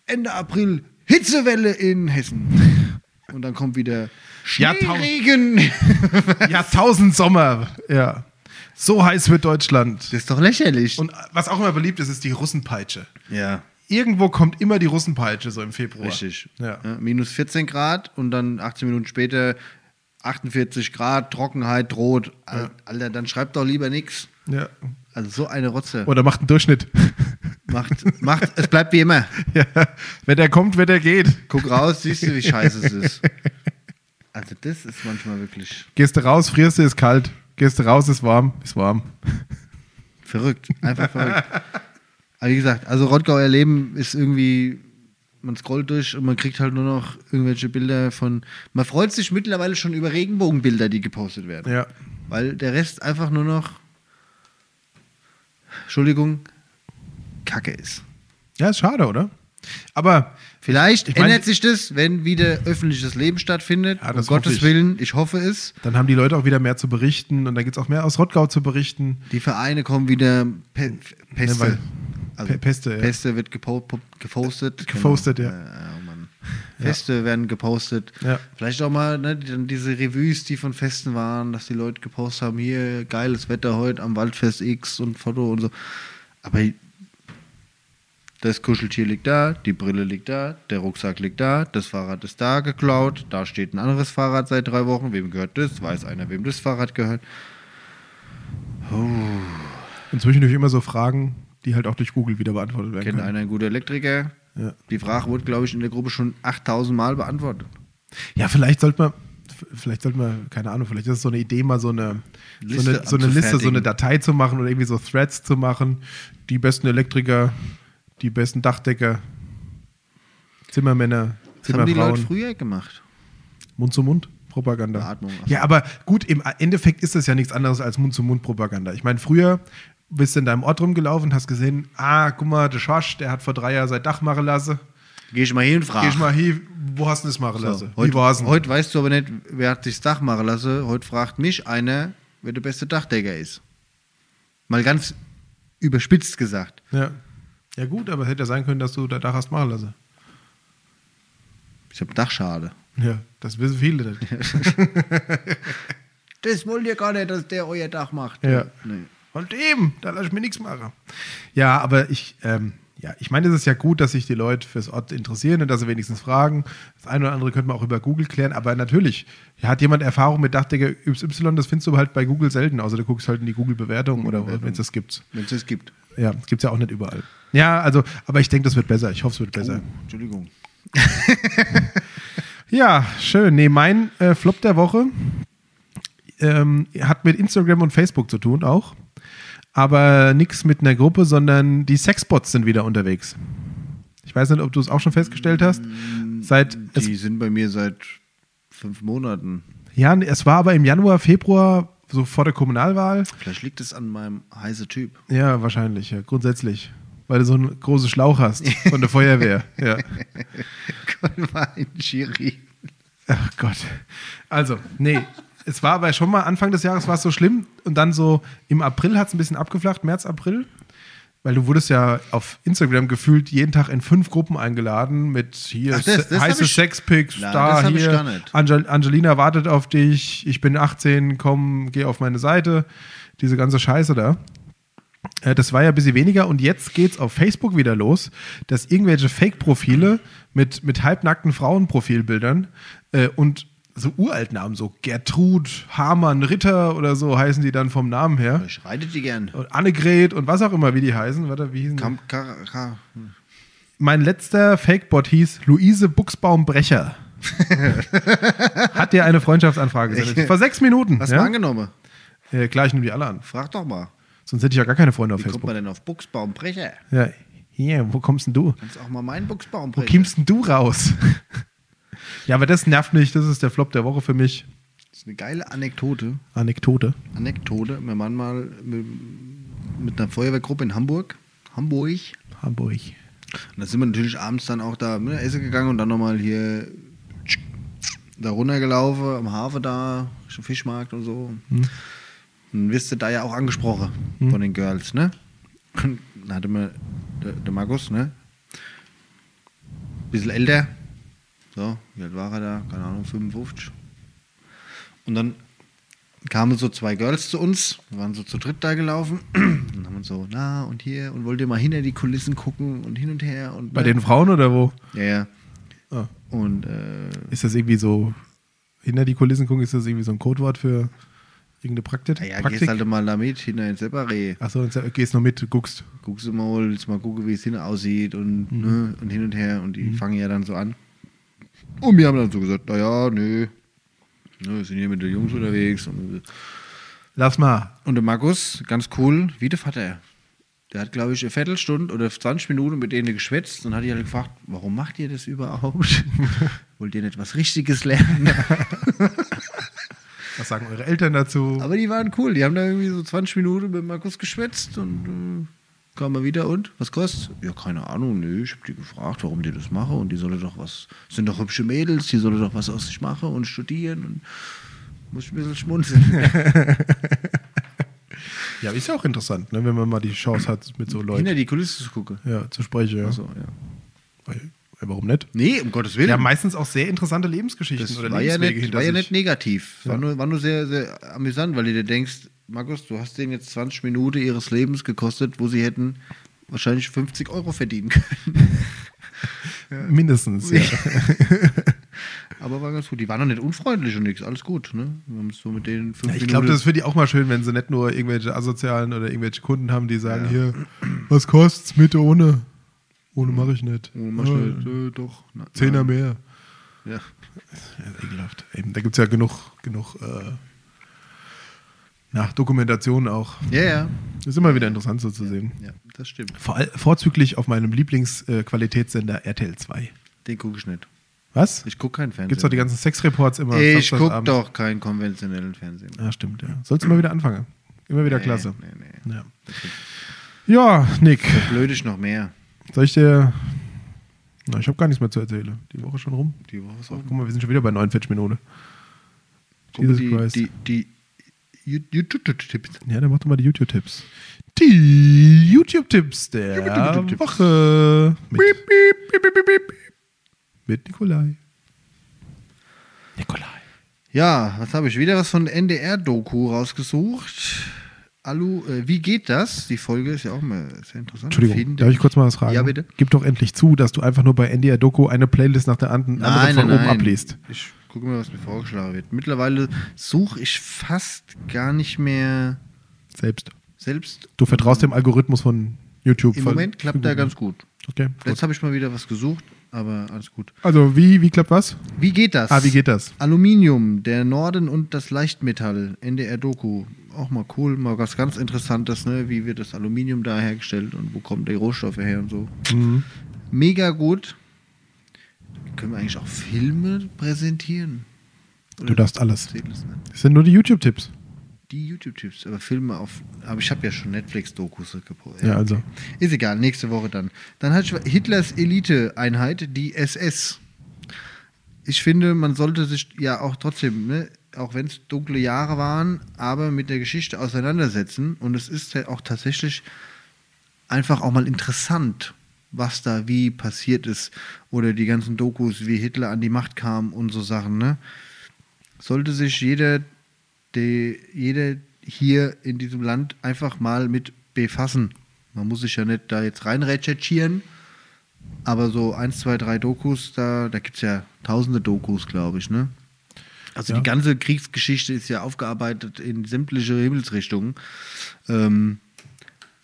Ende April, Hitzewelle in Hessen. Und dann kommt wieder
Ja, tau-
Schneeregen.
Jahrtausend Sommer. Ja. So heiß wird Deutschland.
Das ist doch lächerlich.
Und was auch immer beliebt ist, ist die Russenpeitsche.
ja,
Irgendwo kommt immer die Russenpeitsche so im Februar.
richtig.
Ja.
Ja, minus 14 Grad und dann 18 Minuten später 48 Grad, Trockenheit droht. Al- Alter, dann schreibt doch lieber nichts.
ja.
Also so eine Rotze.
Oder macht einen Durchschnitt.
Macht, macht, es bleibt wie immer.
ja. Wenn der kommt, wenn der geht.
Guck raus, siehst du, wie scheiße es ist. Also das ist manchmal wirklich
Gehst du raus, frierst du, ist kalt. Gehst du raus, ist warm, ist warm.
verrückt. Einfach verrückt. Aber wie gesagt, also Rottgau erleben ist irgendwie, man scrollt durch und man kriegt halt nur noch irgendwelche Bilder von, man freut sich mittlerweile schon über Regenbogenbilder, die gepostet werden.
Ja.
Weil der Rest einfach nur noch, Entschuldigung, Kacke ist.
Ja, ist schade, oder? Aber
Vielleicht
Ich mein-
ändert sich das, wenn wieder öffentliches Leben stattfindet.
Ja,
um
das hoffe
Gottes
ich.
Willen, ich hoffe es.
dann haben die Leute auch wieder mehr zu berichten und dann gibt es auch mehr aus Rottgau zu berichten.
Die Vereine kommen wieder Pe Peste. Also
Ne, weil- Pe- Peste, ja.
Peste wird gepo po- gepostet.
Gepostet, ja.
Äh, oh Mann. Feste werden gepostet.
Ja.
Vielleicht auch mal ne, die- dann diese Revues, die von Festen waren, dass die Leute gepostet haben, hier geiles Wetter heute am Waldfest X und Foto und so. Aber das Kuscheltier liegt da, die Brille liegt da, der Rucksack liegt da, das Fahrrad ist da geklaut, da steht ein anderes Fahrrad seit drei Wochen. Wem gehört das? Weiß einer, wem das Fahrrad gehört.
Inzwischen durch immer so Fragen, die halt auch durch Google wieder beantwortet werden
Kennt
können.
einer ein guter Elektriker?
Ja.
Die Frage wurde, glaube ich, in der Gruppe schon 8000 Mal beantwortet.
Ja, vielleicht sollte man, f- vielleicht sollte man, keine Ahnung, vielleicht ist es so eine Idee, mal so eine
Liste
so eine, so eine Liste, so eine
anzufertigen.
Datei zu machen oder irgendwie so Threads zu machen. Die besten Elektriker, die besten Dachdecker, Zimmermänner,
Das haben die Leute
Zimmerfrauen,
früher gemacht.
Mund-zu-Mund-Propaganda.
Beatmung, ach so.
ja, aber gut, im Endeffekt ist das ja nichts anderes als Mund-zu-Mund-Propaganda. Ich meine, früher bist du in deinem Ort rumgelaufen, hast gesehen, ah, guck mal, der Schorsch, der hat vor drei Jahren sein Dach machen lassen.
Geh ich mal hin und frage.
Geh ich mal hier, wo hast du das machen lassen?
so. heute,
Wie war's denn?
heute weißt du aber nicht, wer hat sich das Dach machen lassen. Heute fragt mich einer, wer der beste Dachdecker ist. Mal ganz überspitzt gesagt.
Ja. Ja, gut, aber es hätte ja sein können, dass du da Dach hast machen lassen.
Ich habe Dachschade.
Ja, das wissen viele. nicht.
Das wollt ihr gar nicht, dass der euer Dach macht.
Ja.
Nee.
Von dem, da lass ich mir nichts machen. Ja, aber ich, ähm, ja, ich meine, es ist ja gut, dass sich die Leute fürs Ort interessieren und dass sie wenigstens fragen. Das eine oder andere könnte man auch über Google klären, aber natürlich, hat jemand Erfahrung mit Dachdecker Y, das findest du halt bei Google selten, außer du guckst halt in die Google-Bewertung oder wenn es das gibt.
Wenn es das gibt.
Ja, gibt es ja auch nicht überall. Ja, also, aber ich denke, das wird besser. Ich hoffe, es wird besser.
Oh, Entschuldigung.
Ja, schön. Nee, mein äh, Flop der Woche ähm, hat mit Instagram und Facebook zu tun auch. Aber nichts mit einer Gruppe, sondern die Sexbots sind wieder unterwegs. Ich weiß nicht, ob du es auch schon festgestellt hast. Seit es,
Die sind bei mir seit fünf Monaten.
ja, es war aber im Januar, Februar, so vor der Kommunalwahl.
Vielleicht liegt es an meinem heißen Typ.
Ja, wahrscheinlich, ja, grundsätzlich. Weil du so einen großen Schlauch hast von der Feuerwehr. Ja.
Mein Schiri.
Ach Gott. Also, nee. Es war aber schon mal Anfang des Jahres war es so schlimm und dann so im April hat es ein bisschen abgeflacht, März, April. Weil du wurdest ja auf Instagram gefühlt jeden Tag in fünf Gruppen eingeladen mit hier
Ach, das- das hab
heiße
ich-
Sexpics,
Nein,
da
das hab ich
hier,
gar nicht.
Angel Angelina wartet auf dich, ich bin 18, komm, geh auf meine Seite, diese ganze Scheiße da. Äh, Das war ja ein bisschen weniger und jetzt geht's auf Facebook wieder los, dass irgendwelche Fake-Profile mit, mit halbnackten Frauenprofilbildern äh, und so Uraltnamen, so Gertrud, Hamann, Ritter oder so heißen die dann vom Namen her.
Ich reite die gern.
Und Annegret und was auch immer, wie die heißen. Warte, wie hießen die?
Kam, ka, ka.
Mein letzter Fake-Bot hieß Luise Buchsbaum-Brecher. Hat dir eine Freundschaftsanfrage gesendet. Vor sechs Minuten.
Hast du mal
ja?
angenommen?
äh, klar, ich nehme die alle an.
Frag doch mal.
Sonst hätte ich ja gar keine Freunde auf
Wie kommt
Facebook.
man denn auf Buchsbaumbrecher?
Ja. Hier, wo kommst denn du?
Kannst auch mal meinen Buchsbaum
Wo
brechen.
kimmst denn du raus? ja, aber das nervt mich. Das ist der Flop der Woche für mich.
Das ist eine geile Anekdote.
Anekdote.
Anekdote. Mein Mann mal mit, mit einer Feuerwehrgruppe in Hamburg. Hamburg.
Hamburg.
Und da sind wir natürlich abends dann auch da ne, essen gegangen und dann nochmal hier da runtergelaufen, am Hafen da, schon Fischmarkt und so. Und wirst du da ja auch angesprochen von den Girls, ne? Und Dann hatte mir der, der Markus, ne? Bisschen älter. So, wie alt war er da? Keine Ahnung, 55. Und dann kamen so zwei Girls zu uns, wir waren so zu dritt da gelaufen und haben uns so, na und hier und wollt ihr mal hinter die Kulissen gucken und hin und her und ne?
Bei den Frauen oder wo?
ja, ja.
Ah.
Und äh,
Ist das irgendwie so, hinter die Kulissen gucken, ist das irgendwie so ein Codewort für irgendeine Praktik?
naja, gehst
Praktik?
halt mal damit hinter ins Separé.
Achso, jetzt äh, gehst noch mit, du guckst.
Guckst du mal, jetzt mal gucken, wie es hinten aussieht und, ne, und hin und her. Und die fangen ja dann so an. Und wir haben dann so gesagt, naja, nö. Ne, wir sind hier mit den Jungs unterwegs. Und,
Lass mal.
und der Markus, ganz cool, wie der Vater. Der hat, glaube ich, eine Viertelstunde oder 20 Minuten mit denen geschwätzt und hat die halt gefragt, warum macht ihr das überhaupt? Wollt ihr nicht was Richtiges lernen?
Was sagen eure Eltern dazu?
Aber die waren cool. Die haben da irgendwie so 20 Minuten mit Markus geschwätzt und äh, kam mal wieder und was kostet? Ja, keine Ahnung, nö. Ich habe die gefragt, warum die das mache und die solle doch was. Sind doch hübsche Mädels, die solle doch was aus sich machen und studieren und muss ich ein bisschen schmunzeln.
Ja, ist ja auch interessant, ne, wenn man mal die Chance hat, mit so Leuten
Hinter die Kulisse zu gucken.
ja, zu sprechen. Ja.
So, ja.
Weil, weil warum nicht?
Nee, um Gottes Willen.
Ja, meistens auch sehr interessante Lebensgeschichten
das
oder
war ja,
Lebenswege
nicht,
hinter
war ja
sich.
nicht negativ. War, nur, war nur sehr, sehr amüsant, weil du dir denkst, Markus, du hast denen jetzt 20 Minuten ihres Lebens gekostet, wo sie hätten wahrscheinlich 50 Euro verdienen können.
Mindestens. Ja.
Aber war ganz gut. Die waren doch nicht unfreundlich und nichts. Alles gut, ne? Wir haben es so mit denen fünf
Ich
Minuten-
glaube, das ist für die auch mal schön, wenn sie nicht nur irgendwelche asozialen oder irgendwelche Kunden haben, die sagen, hier, was kostet's mit oder ohne? Ohne mache ich nicht.
Oh, mach
Ah,
schnell, äh, doch. Na,
Zehner mehr.
na, Ja.
Ja, ist ekelhaft. Eben, da gibt es ja genug, genug äh, na, Dokumentationen auch.
ja, ja.
Ist immer wieder interessant so zu sehen.
Ja, das stimmt.
Vor, all- vorzüglich auf meinem äh, Lieblingsqualitätssender RTL 2.
Den gucke ich nicht.
Was?
Ich gucke keinen Fernsehen.
Gibt's doch die ganzen Sexreports immer.
ich gucke
Samstagabend.
doch keinen konventionellen Fernsehen.
Ah, stimmt, ja. Sollst du mal wieder anfangen. Immer wieder
Nee,
klasse.
Nee, nee.
Ja. ja, Nick.
Blöd ist noch mehr.
Soll ich dir. Na, ich habe gar nichts mehr zu erzählen. Die Woche schon rum.
Die Woche ist
So,
auch
guck mal, wir sind schon wieder bei 49 Minuten.
Gucke
Jesus
die,
Christ.
die, die, die YouTube-Tipps.
Ja, dann mach doch mal die YouTube-Tipps. Die YouTube-Tipps der
YouTube-Tipps.
Woche. Mit, mit Nikolai. Nikolai.
Ja, was habe ich? Wieder was von NDR-Doku rausgesucht. Alu, äh, wie geht das? Die Folge ist ja auch mal sehr interessant.
Entschuldigung,
Fäden-
darf ich kurz mal was fragen?
Ja, bitte.
Gib doch endlich zu, dass du einfach nur bei NDR Doku eine Playlist nach der anderen anderen
Nein,
von
nein,
oben
nein.
abliest.
Ich gucke mal, was mir vorgeschlagen wird. Mittlerweile suche ich fast gar nicht mehr
Selbst.
selbst.
Du vertraust dem Algorithmus von YouTube.
Im
Voll-
Moment klappt da ganz gut.
Okay.
Jetzt habe ich mal wieder was gesucht, aber alles gut.
Also, wie, wie klappt was?
Wie geht das?
Ah, wie geht das?
Aluminium, der Norden und das Leichtmetall, NDR-Doku. Auch mal cool, mal was ganz Interessantes, ne? wie wird das Aluminium da hergestellt und wo kommen die Rohstoffe her und so.
Mhm.
Mega gut. Können wir eigentlich auch Filme präsentieren?
Du darfst alles.
Zählt das, ne?
Das sind nur die YouTube-Tipps.
Die YouTube-Tipps, aber Filme auf. Aber ich habe ja schon Netflix-Dokus gepostet.
Ja, also.
Ist egal, nächste Woche dann. Dann hat Schwe- Hitlers Elite-Einheit, die SS. Ich finde, man sollte sich ja auch trotzdem, ne, auch wenn es dunkle Jahre waren, aber mit der Geschichte auseinandersetzen. Und es ist ja auch tatsächlich einfach auch mal interessant, was da wie passiert ist. Oder die ganzen Dokus, wie Hitler an die Macht kam und so Sachen. Ne? Sollte sich jeder, der, jeder hier in diesem Land einfach mal mit befassen. Man muss sich ja nicht da jetzt rein recherchieren, aber so 1, 2, 3 Dokus, da, da gibt es ja tausende Dokus, glaube ich, ne? Also
Ja.
die ganze Kriegsgeschichte ist ja aufgearbeitet in sämtliche Himmelsrichtungen. Ähm,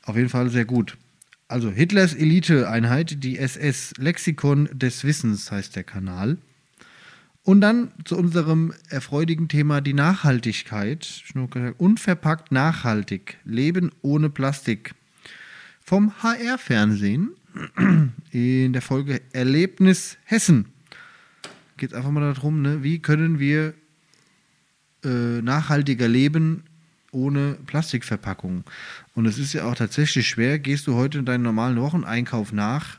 auf jeden Fall sehr gut. Also Hitlers Eliteeinheit, die SS, Lexikon des Wissens heißt der Kanal. Und dann zu unserem erfreudigen Thema die Nachhaltigkeit. Schnurker- Unverpackt nachhaltig. Leben ohne Plastik. Vom HR-Fernsehen in der Folge Erlebnis Hessen. Geht einfach mal darum, ne? wie können wir äh, nachhaltiger leben ohne Plastikverpackung. Und es ist ja auch tatsächlich schwer. Gehst du heute deinen normalen Wocheneinkauf nach,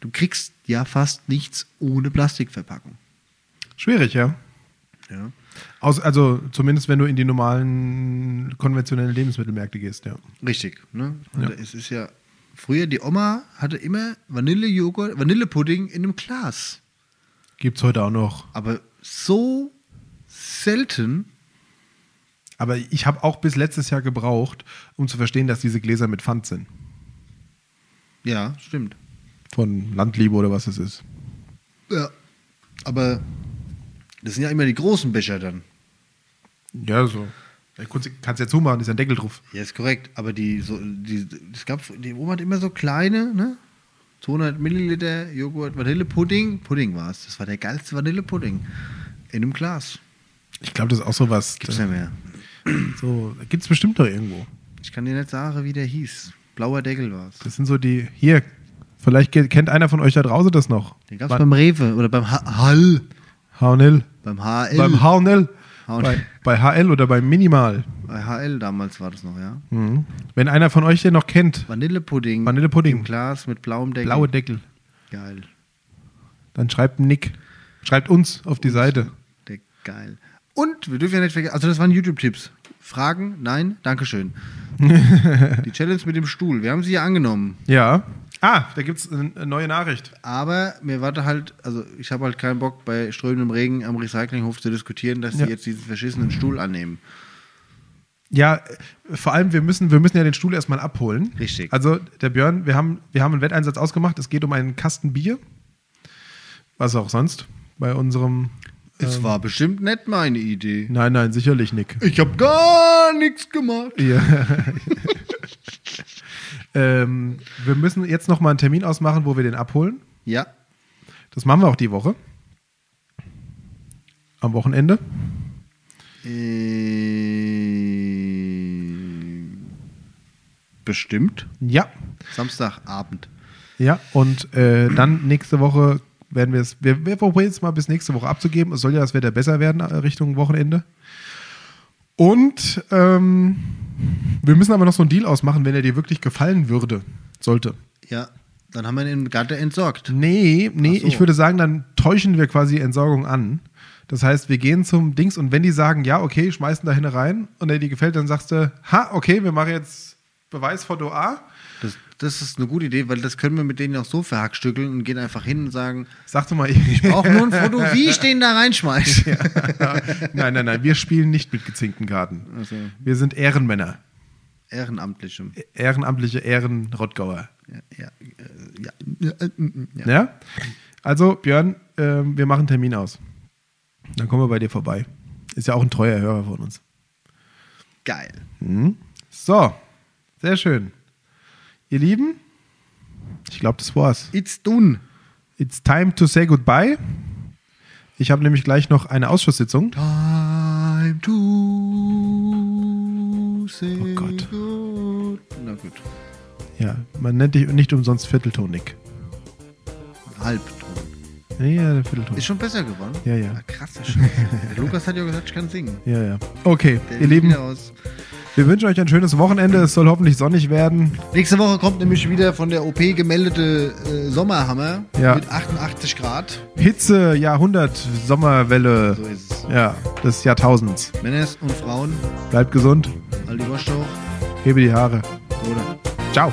du kriegst ja fast nichts ohne Plastikverpackung.
Schwierig, ja.
Ja.
Aus, also, zumindest wenn du in die normalen, konventionellen Lebensmittelmärkte gehst, ja.
Richtig. Ne?
Ja.
Es ist ja früher die Oma hatte immer Vanillejoghurt, Vanillepudding in einem Glas,
Gibt's heute auch noch.
aber so selten.
Aber ich habe auch bis letztes Jahr gebraucht, um zu verstehen, dass diese Gläser mit Pfand sind.
Ja, stimmt.
Von Landliebe oder was es ist.
Ja. Aber das sind ja immer die großen Becher dann.
Ja, so. Ja, kurz- Kannst ja zumachen, ist ja ein Deckel drauf.
Ja, ist korrekt, aber die, so, die, es gab, die Oma hat immer so kleine, ne? 200 Milliliter Joghurt, Vanillepudding. Pudding war es. Das war der geilste Vanillepudding. In einem Glas.
Ich glaube, das ist auch sowas.
Gibt's ja mehr.
So, gibt's bestimmt noch irgendwo.
Ich kann dir nicht sagen, wie der hieß. Blauer Deckel war es.
Das sind so die. Hier, vielleicht ge- kennt einer von euch da draußen das noch.
Den gab es beim Rewe oder beim H Hall.
HL.
Beim HL.
Beim HL.
H&L.
Bei, bei HL oder bei Minimal.
Bei HL damals war das noch, ja.
Mhm. Wenn einer von euch den noch kennt,
Vanillepudding.
Vanillepudding.
Im Glas mit blauem Deckel.
blaue Deckel,
Geil.
dann schreibt einen Nick. Schreibt uns auf die Seite.
Der geil. Und wir dürfen ja nicht vergessen, also das waren YouTube-Tipps. Fragen? Nein? Dankeschön. die Challenge mit dem Stuhl, wir haben sie ja angenommen.
Ja. Ah, da gibt's eine neue Nachricht.
Aber mir warte halt, also ich habe halt keinen Bock, bei strömendem Regen am Recyclinghof zu diskutieren, dass
Ja.
sie jetzt diesen verschissenen Stuhl annehmen.
Ja, äh, vor allem, wir müssen, wir müssen ja den Stuhl erstmal abholen.
Richtig.
Also, der Björn, wir haben, wir haben einen Wetteinsatz ausgemacht. Es geht um einen Kasten Bier. Was auch sonst bei unserem. Ähm.
Es war bestimmt nicht meine Idee.
Nein, nein, sicherlich Nick.
Ich habe gar nichts gemacht.
Ja. ähm, wir müssen jetzt nochmal einen Termin ausmachen, wo wir den abholen.
Ja,
Das machen wir auch die Woche. Am Wochenende.
äh, bestimmt
Ja.
Samstagabend.
Ja, und äh, dann nächste Woche werden wir es. Wir, wir probieren es mal bis nächste Woche abzugeben. Es soll ja das Wetter besser werden äh, Richtung Wochenende. Und ähm, wir müssen aber noch so einen Deal ausmachen, wenn er dir wirklich gefallen würde, sollte.
Ja, dann haben wir ihn im Gatter entsorgt.
Nee, nee,
Ach so.
ich würde sagen, dann täuschen wir quasi Entsorgung an. Das heißt, wir gehen zum Dings und wenn die sagen, ja, okay, schmeißen da hinne rein und der dir gefällt, dann sagst du, ha, okay, wir machen jetzt Beweisfoto A.
Das, das ist eine gute Idee, weil das können wir mit denen auch so verhackstückeln und gehen einfach hin und sagen,
Sag doch mal, ich
auch nur ein Foto, wie ich den da reinschmeiße.
nein, nein, nein, wir spielen nicht mit gezinkten Karten.
Ach so.
Wir sind Ehrenmänner.
Ehrenamtlichem.
Ehrenamtliche Ehrenrottgauer.
Ja, ja, äh, ja, ja, äh, mm, mm, ja.
Ja. Also, Björn, ähm, wir machen einen Termin aus. Dann kommen wir bei dir vorbei. Ist ja auch ein treuer Hörer von uns.
Geil.
So, sehr schön. Ihr Lieben, ich glaube, das war's.
It's done.
It's time to say goodbye. Ich habe nämlich gleich noch eine Ausschusssitzung.
Time to say
Oh Gott.
good. Na gut.
Ja, man nennt dich nicht umsonst Vierteltonik.
Halbton.
Ja, der Viertelton.
Ist schon besser geworden?
Ja, ja.
Ah, krasse Scheiße. Der Lukas hat ja gesagt, ich kann singen.
Ja, ja. Okay,
Der
ihr
sieht
Lieben,
wieder Aus.
wir wünschen euch ein schönes Wochenende. Es soll hoffentlich sonnig werden.
Nächste Woche kommt nämlich wieder von der OP gemeldete äh, Sommerhammer
Ja.
mit 88 Grad.
Hitze, Jahrhundert, Sommerwelle.
So ist es.
Ja, des Jahrtausends.
Männer und Frauen,
Bleibt gesund,
all die Waschtuch.
hebe die Haare.
Oder?
Ciao.